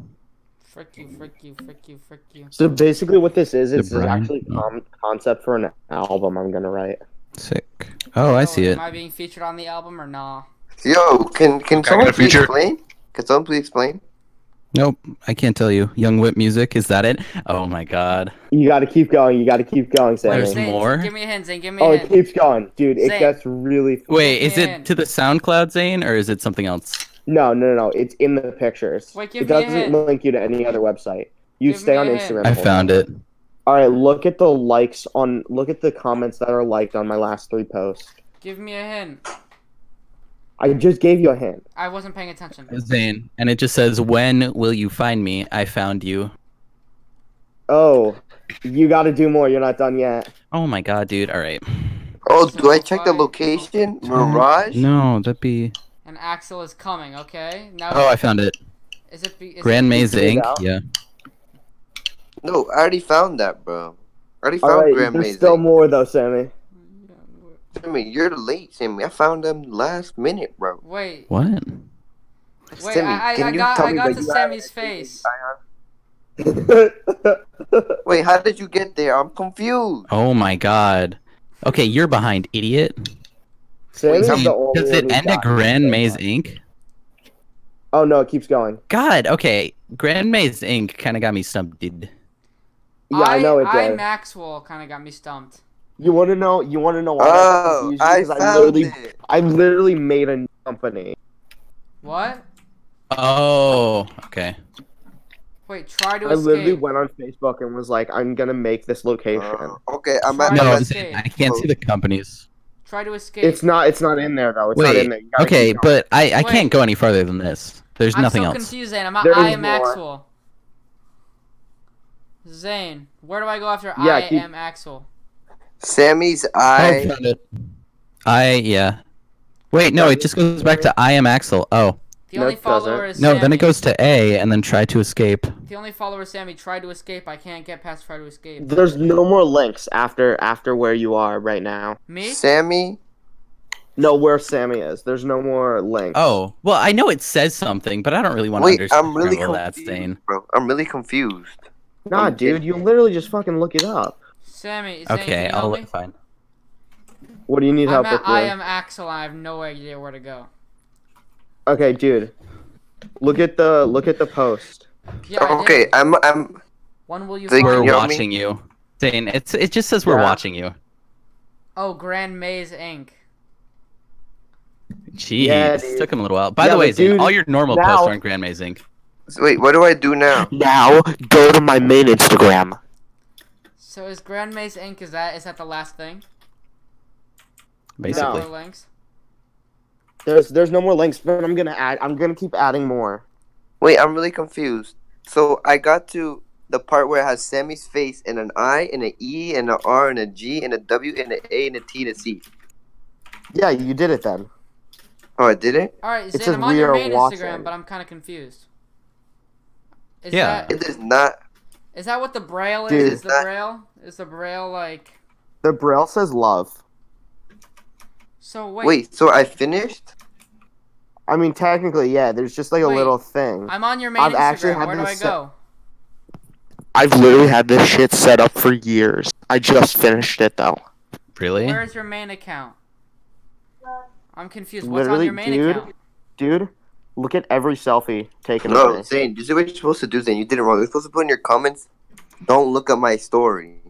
Speaker 2: Frick you, frick you, frick you, frick you.
Speaker 6: So basically, what this is, it's
Speaker 3: Brian?
Speaker 6: actually a com- concept for an album I'm gonna write.
Speaker 3: Sick. Oh, I see it.
Speaker 2: Am I being featured on the album or nah?
Speaker 4: yo, can can
Speaker 5: Okay, I got
Speaker 4: someone
Speaker 5: a
Speaker 4: please
Speaker 5: feature.
Speaker 4: explain? Can someone please explain?
Speaker 3: Nope, I can't tell you. Young Whip music, is that it? Oh my god.
Speaker 6: You gotta keep going. You gotta keep going,
Speaker 3: There's
Speaker 6: Sammy.
Speaker 2: Zane,
Speaker 3: more?
Speaker 2: Give me a hint, Zane. Give me
Speaker 6: Oh,
Speaker 2: a
Speaker 6: it
Speaker 2: hint.
Speaker 6: keeps going, dude. It
Speaker 2: Zane.
Speaker 6: gets really.
Speaker 3: Wait, is
Speaker 2: Man.
Speaker 3: it to the SoundCloud, Zane, or is it something else?
Speaker 6: No, no, no, no. It's in the pictures.
Speaker 2: Wait, give
Speaker 6: it
Speaker 2: me a
Speaker 6: doesn't
Speaker 2: hint.
Speaker 6: link you to any other website. You
Speaker 2: Give
Speaker 6: stay
Speaker 2: me
Speaker 6: on
Speaker 2: a hint.
Speaker 6: Instagram.
Speaker 3: I found it.
Speaker 6: All right, look at the likes on. Look at the comments that are liked on my last three posts.
Speaker 2: Give me a hint.
Speaker 6: I just gave you a hint.
Speaker 2: I wasn't paying attention.
Speaker 3: Zane. And it just says, When will you find me? I found you.
Speaker 6: Oh, you gotta do more. You're not done yet.
Speaker 3: Oh my god, dude. All right.
Speaker 4: Oh, do I check the
Speaker 2: Simplify.
Speaker 4: location?
Speaker 6: Mm-hmm.
Speaker 4: Mirage.
Speaker 3: No, that'd be.
Speaker 2: And Axel is coming, okay? Now,
Speaker 3: Oh, I found it.
Speaker 2: is it be- is
Speaker 3: Grand
Speaker 2: it,
Speaker 3: Maze
Speaker 6: figured
Speaker 3: Inc.
Speaker 6: it out?
Speaker 3: Yeah.
Speaker 4: No, I already found that, bro. I already
Speaker 6: All
Speaker 4: found
Speaker 6: right,
Speaker 4: Grand
Speaker 6: there's
Speaker 4: Maze.
Speaker 6: still more though, Sammy.
Speaker 4: Sammy, you're late, Sammy. I found them last minute, bro.
Speaker 2: Wait,
Speaker 3: What?
Speaker 2: wait,
Speaker 4: Sammy,
Speaker 2: I, I,
Speaker 4: can
Speaker 2: I
Speaker 4: you
Speaker 2: got,
Speaker 4: tell
Speaker 2: I
Speaker 4: me
Speaker 2: got
Speaker 4: what
Speaker 2: to
Speaker 4: you have
Speaker 2: Sammy's
Speaker 4: at Disney
Speaker 2: face.
Speaker 4: Wait, how did you get there? I'm confused.
Speaker 3: Oh my god. Okay, you're behind, idiot.
Speaker 6: Sammy's
Speaker 3: Zane,
Speaker 6: the only
Speaker 3: does
Speaker 6: one
Speaker 3: it
Speaker 6: who's
Speaker 3: end
Speaker 6: gotten
Speaker 3: at
Speaker 6: it
Speaker 3: Grand
Speaker 6: so
Speaker 3: Maze
Speaker 6: far.
Speaker 3: Inc.?
Speaker 6: Oh no, it keeps going.
Speaker 3: God, okay. Grand Maze Inc. kind of got me stumped. dude.
Speaker 6: Yeah, I, know it
Speaker 2: I
Speaker 6: did.
Speaker 2: Maxwell kind of got me stumped.
Speaker 6: You want to know? You want to know why? that
Speaker 4: Oh,
Speaker 6: confused you?
Speaker 4: I
Speaker 6: 'Cause
Speaker 4: found
Speaker 6: literally,
Speaker 4: it.
Speaker 6: I literally made a new company.
Speaker 2: What?
Speaker 3: Oh, okay.
Speaker 2: Wait, try to
Speaker 6: I literally
Speaker 2: escape.
Speaker 6: went on Facebook and was like, "I'm gonna make this location."
Speaker 4: Uh, okay, I'm
Speaker 2: Try
Speaker 4: at.
Speaker 3: No,
Speaker 2: to
Speaker 4: I'm at-
Speaker 2: escape.
Speaker 3: I can't see the companies.
Speaker 2: Try to escape.
Speaker 6: It's not. It's not in there though. It's not
Speaker 3: Wait,
Speaker 6: in there. You gotta
Speaker 3: Okay,
Speaker 6: keep going.
Speaker 3: but I, I
Speaker 2: Wait.
Speaker 3: can't go any farther than this. There's
Speaker 2: I'm
Speaker 3: nothing
Speaker 2: so
Speaker 3: else.
Speaker 2: confused, Zane. I'm at
Speaker 6: There
Speaker 2: I
Speaker 6: is
Speaker 2: am
Speaker 6: more.
Speaker 2: Axel. Zane, where do I go after
Speaker 6: Yeah,
Speaker 2: I
Speaker 6: keep-
Speaker 2: am Axel?
Speaker 9: Sammy's eye.
Speaker 3: found Oh, it. I yeah. Wait, no, it just goes back to I am Axel. Oh.
Speaker 2: The only follower is
Speaker 3: No, then
Speaker 2: Sammy.
Speaker 3: it goes to A and then try to escape.
Speaker 2: The only follower is Sammy. Try to escape. I can't get past try to escape.
Speaker 6: There's no more links after after where you are right now.
Speaker 2: Me?
Speaker 9: Sammy.
Speaker 6: No, where Sammy is. There's no more links.
Speaker 3: Oh, well, I know it says something, but I don't really want to
Speaker 9: Wait,
Speaker 3: understand
Speaker 9: I'm really
Speaker 3: all that stain.
Speaker 9: confused, bro. I'm really confused.
Speaker 6: Nah, dude, you literally just fucking look it up.
Speaker 2: Sammy. Sammy can
Speaker 3: Okay,
Speaker 2: you
Speaker 3: I'll
Speaker 2: help
Speaker 3: look
Speaker 2: me?
Speaker 3: fine.
Speaker 6: What do you need
Speaker 2: I'm
Speaker 6: help
Speaker 2: at
Speaker 6: with?
Speaker 2: I
Speaker 6: Lou?
Speaker 2: am Axel. I have no idea where to go.
Speaker 6: Okay, dude. Look at the look at the post.
Speaker 2: Yeah, I
Speaker 9: okay,
Speaker 2: did.
Speaker 9: I'm. I'm.
Speaker 2: When will you
Speaker 9: Think
Speaker 2: find
Speaker 3: We're
Speaker 9: you know
Speaker 2: me?
Speaker 9: what I mean?
Speaker 3: watching you. Zane, it's it just says we're
Speaker 6: Yeah.
Speaker 3: watching you.
Speaker 2: Oh, Grand Maze Inc.
Speaker 3: Jeez,
Speaker 6: Yeah, dude.
Speaker 3: took him a little while. By
Speaker 6: Yeah,
Speaker 3: the way,
Speaker 6: but
Speaker 3: Zane,
Speaker 6: dude,
Speaker 3: all your normal
Speaker 6: now-
Speaker 3: posts are on Grand Maze Inc.
Speaker 9: Wait, what do I do now?
Speaker 8: Now go to my main Instagram.
Speaker 2: So is Grand Maze Inc. Is that is that the last thing?
Speaker 3: Basically,
Speaker 2: No. Links?
Speaker 6: There's there's no more links, but I'm gonna add. I'm gonna keep adding more.
Speaker 9: Wait, I'm really confused. So I got to the part where it has Sammy's face and an I and an E and an R and a G and a W and a A and a T and a C.
Speaker 6: Yeah, you did it then.
Speaker 9: Oh, I did it?
Speaker 2: All right,
Speaker 6: It
Speaker 2: Zane,
Speaker 6: says
Speaker 2: I'm on
Speaker 6: we
Speaker 2: your
Speaker 6: are
Speaker 2: main Instagram,
Speaker 6: watching.
Speaker 2: but I'm kind of confused. Is
Speaker 3: Yeah.
Speaker 2: That,
Speaker 9: It is not.
Speaker 2: is that what the braille is?
Speaker 6: Dude.
Speaker 2: is the
Speaker 9: That-
Speaker 2: braille? Is the braille like?
Speaker 6: The braille says love.
Speaker 2: So
Speaker 9: Wait,
Speaker 2: wait.
Speaker 9: so I finished?
Speaker 6: I mean, technically, yeah. There's just like a
Speaker 2: Wait.
Speaker 6: little thing.
Speaker 2: I'm on your main
Speaker 6: I've actually
Speaker 2: Instagram.
Speaker 6: had
Speaker 2: Where do
Speaker 6: this
Speaker 2: I
Speaker 6: se-
Speaker 2: go?
Speaker 8: I've literally had this shit set up for years. I just finished it though.
Speaker 3: really?
Speaker 2: Where's your main account? I'm confused. What's on
Speaker 6: Literally,
Speaker 2: your main
Speaker 6: dude.
Speaker 2: account?
Speaker 6: Dude, look at every selfie taken. by
Speaker 9: No,
Speaker 6: me.
Speaker 9: Zane, this is what you're supposed to do, Zane. You did it wrong. You're supposed to put in your comments, don't look at my story.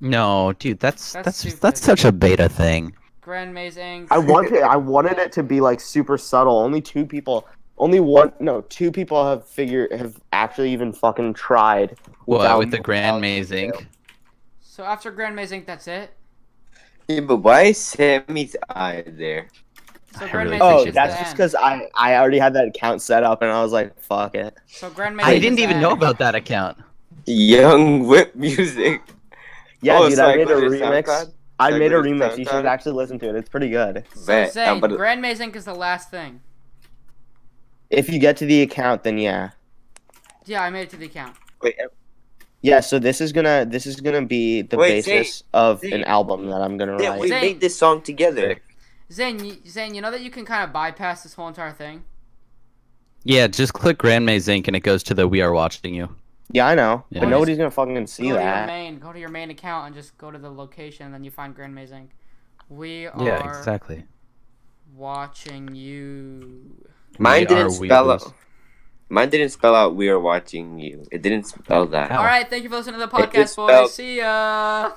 Speaker 3: No, dude, that's
Speaker 2: That's
Speaker 3: that's
Speaker 2: stupid.
Speaker 3: that's such a beta thing.
Speaker 2: Grand Maze Inc.
Speaker 6: I want it- I wanted it to be like super subtle. Only two people. Only one. No, two people have figured have actually even fucking tried.
Speaker 3: What
Speaker 6: without-
Speaker 3: with the Grand
Speaker 6: without
Speaker 3: Maze Inc.
Speaker 2: So after Grand Maze Inc. That's it.
Speaker 4: Yeah, but why is Sammy's eye there?
Speaker 2: So
Speaker 3: I
Speaker 2: Grand
Speaker 3: really
Speaker 2: Maze
Speaker 3: think
Speaker 2: Inc.
Speaker 6: Oh,
Speaker 3: should
Speaker 2: is
Speaker 6: that's
Speaker 2: the
Speaker 6: just
Speaker 2: end.
Speaker 6: because I I already had that account set up and I was like, fuck it.
Speaker 2: So Grand Maze. Inc.
Speaker 3: I
Speaker 2: is
Speaker 3: didn't
Speaker 2: the
Speaker 3: even
Speaker 2: end.
Speaker 3: know about that account.
Speaker 4: Young whip music.
Speaker 6: Yeah,
Speaker 4: Oh,
Speaker 6: dude,
Speaker 4: so
Speaker 6: I made a
Speaker 4: go to
Speaker 6: remix.
Speaker 4: SoundCloud?
Speaker 6: I
Speaker 4: So I
Speaker 6: made a
Speaker 4: go to
Speaker 6: remix. You
Speaker 4: SoundCloud?
Speaker 6: should actually listen to it. It's pretty good.
Speaker 2: So
Speaker 4: Bet, I'm
Speaker 2: Zane,
Speaker 4: about to-
Speaker 2: Grand Maze Inc. is the last thing.
Speaker 6: If you get to the account, then yeah.
Speaker 2: Yeah, I made it to the account.
Speaker 4: Wait,
Speaker 6: Yeah, so this is gonna this is gonna be the
Speaker 4: Wait,
Speaker 6: basis of
Speaker 4: Zane.
Speaker 6: an album that I'm gonna
Speaker 4: yeah,
Speaker 6: write.
Speaker 4: we
Speaker 2: Zane.
Speaker 4: made this song together.
Speaker 2: Zane, you, Zane, you know that you can kind of bypass this whole entire thing.
Speaker 3: Yeah, just click Grand Maze Inc. and it goes to the We Are Watching You.
Speaker 6: yeah, I know,
Speaker 3: Yeah.
Speaker 6: but nobody's gonna fucking see
Speaker 2: go to your
Speaker 6: that.
Speaker 2: main, go to your main account, and just go to the location, and then you find Grand Maze Inc. We are
Speaker 3: Yeah, exactly.
Speaker 2: watching you.
Speaker 4: Mine
Speaker 3: We
Speaker 4: didn't
Speaker 3: are
Speaker 4: spell
Speaker 3: weebos.
Speaker 4: out. Mine didn't spell out. We are watching you. It didn't spell that.
Speaker 3: Ow.
Speaker 2: All right, thank you for listening to the
Speaker 4: It
Speaker 2: podcast,
Speaker 4: is spelled-
Speaker 2: boys. See ya.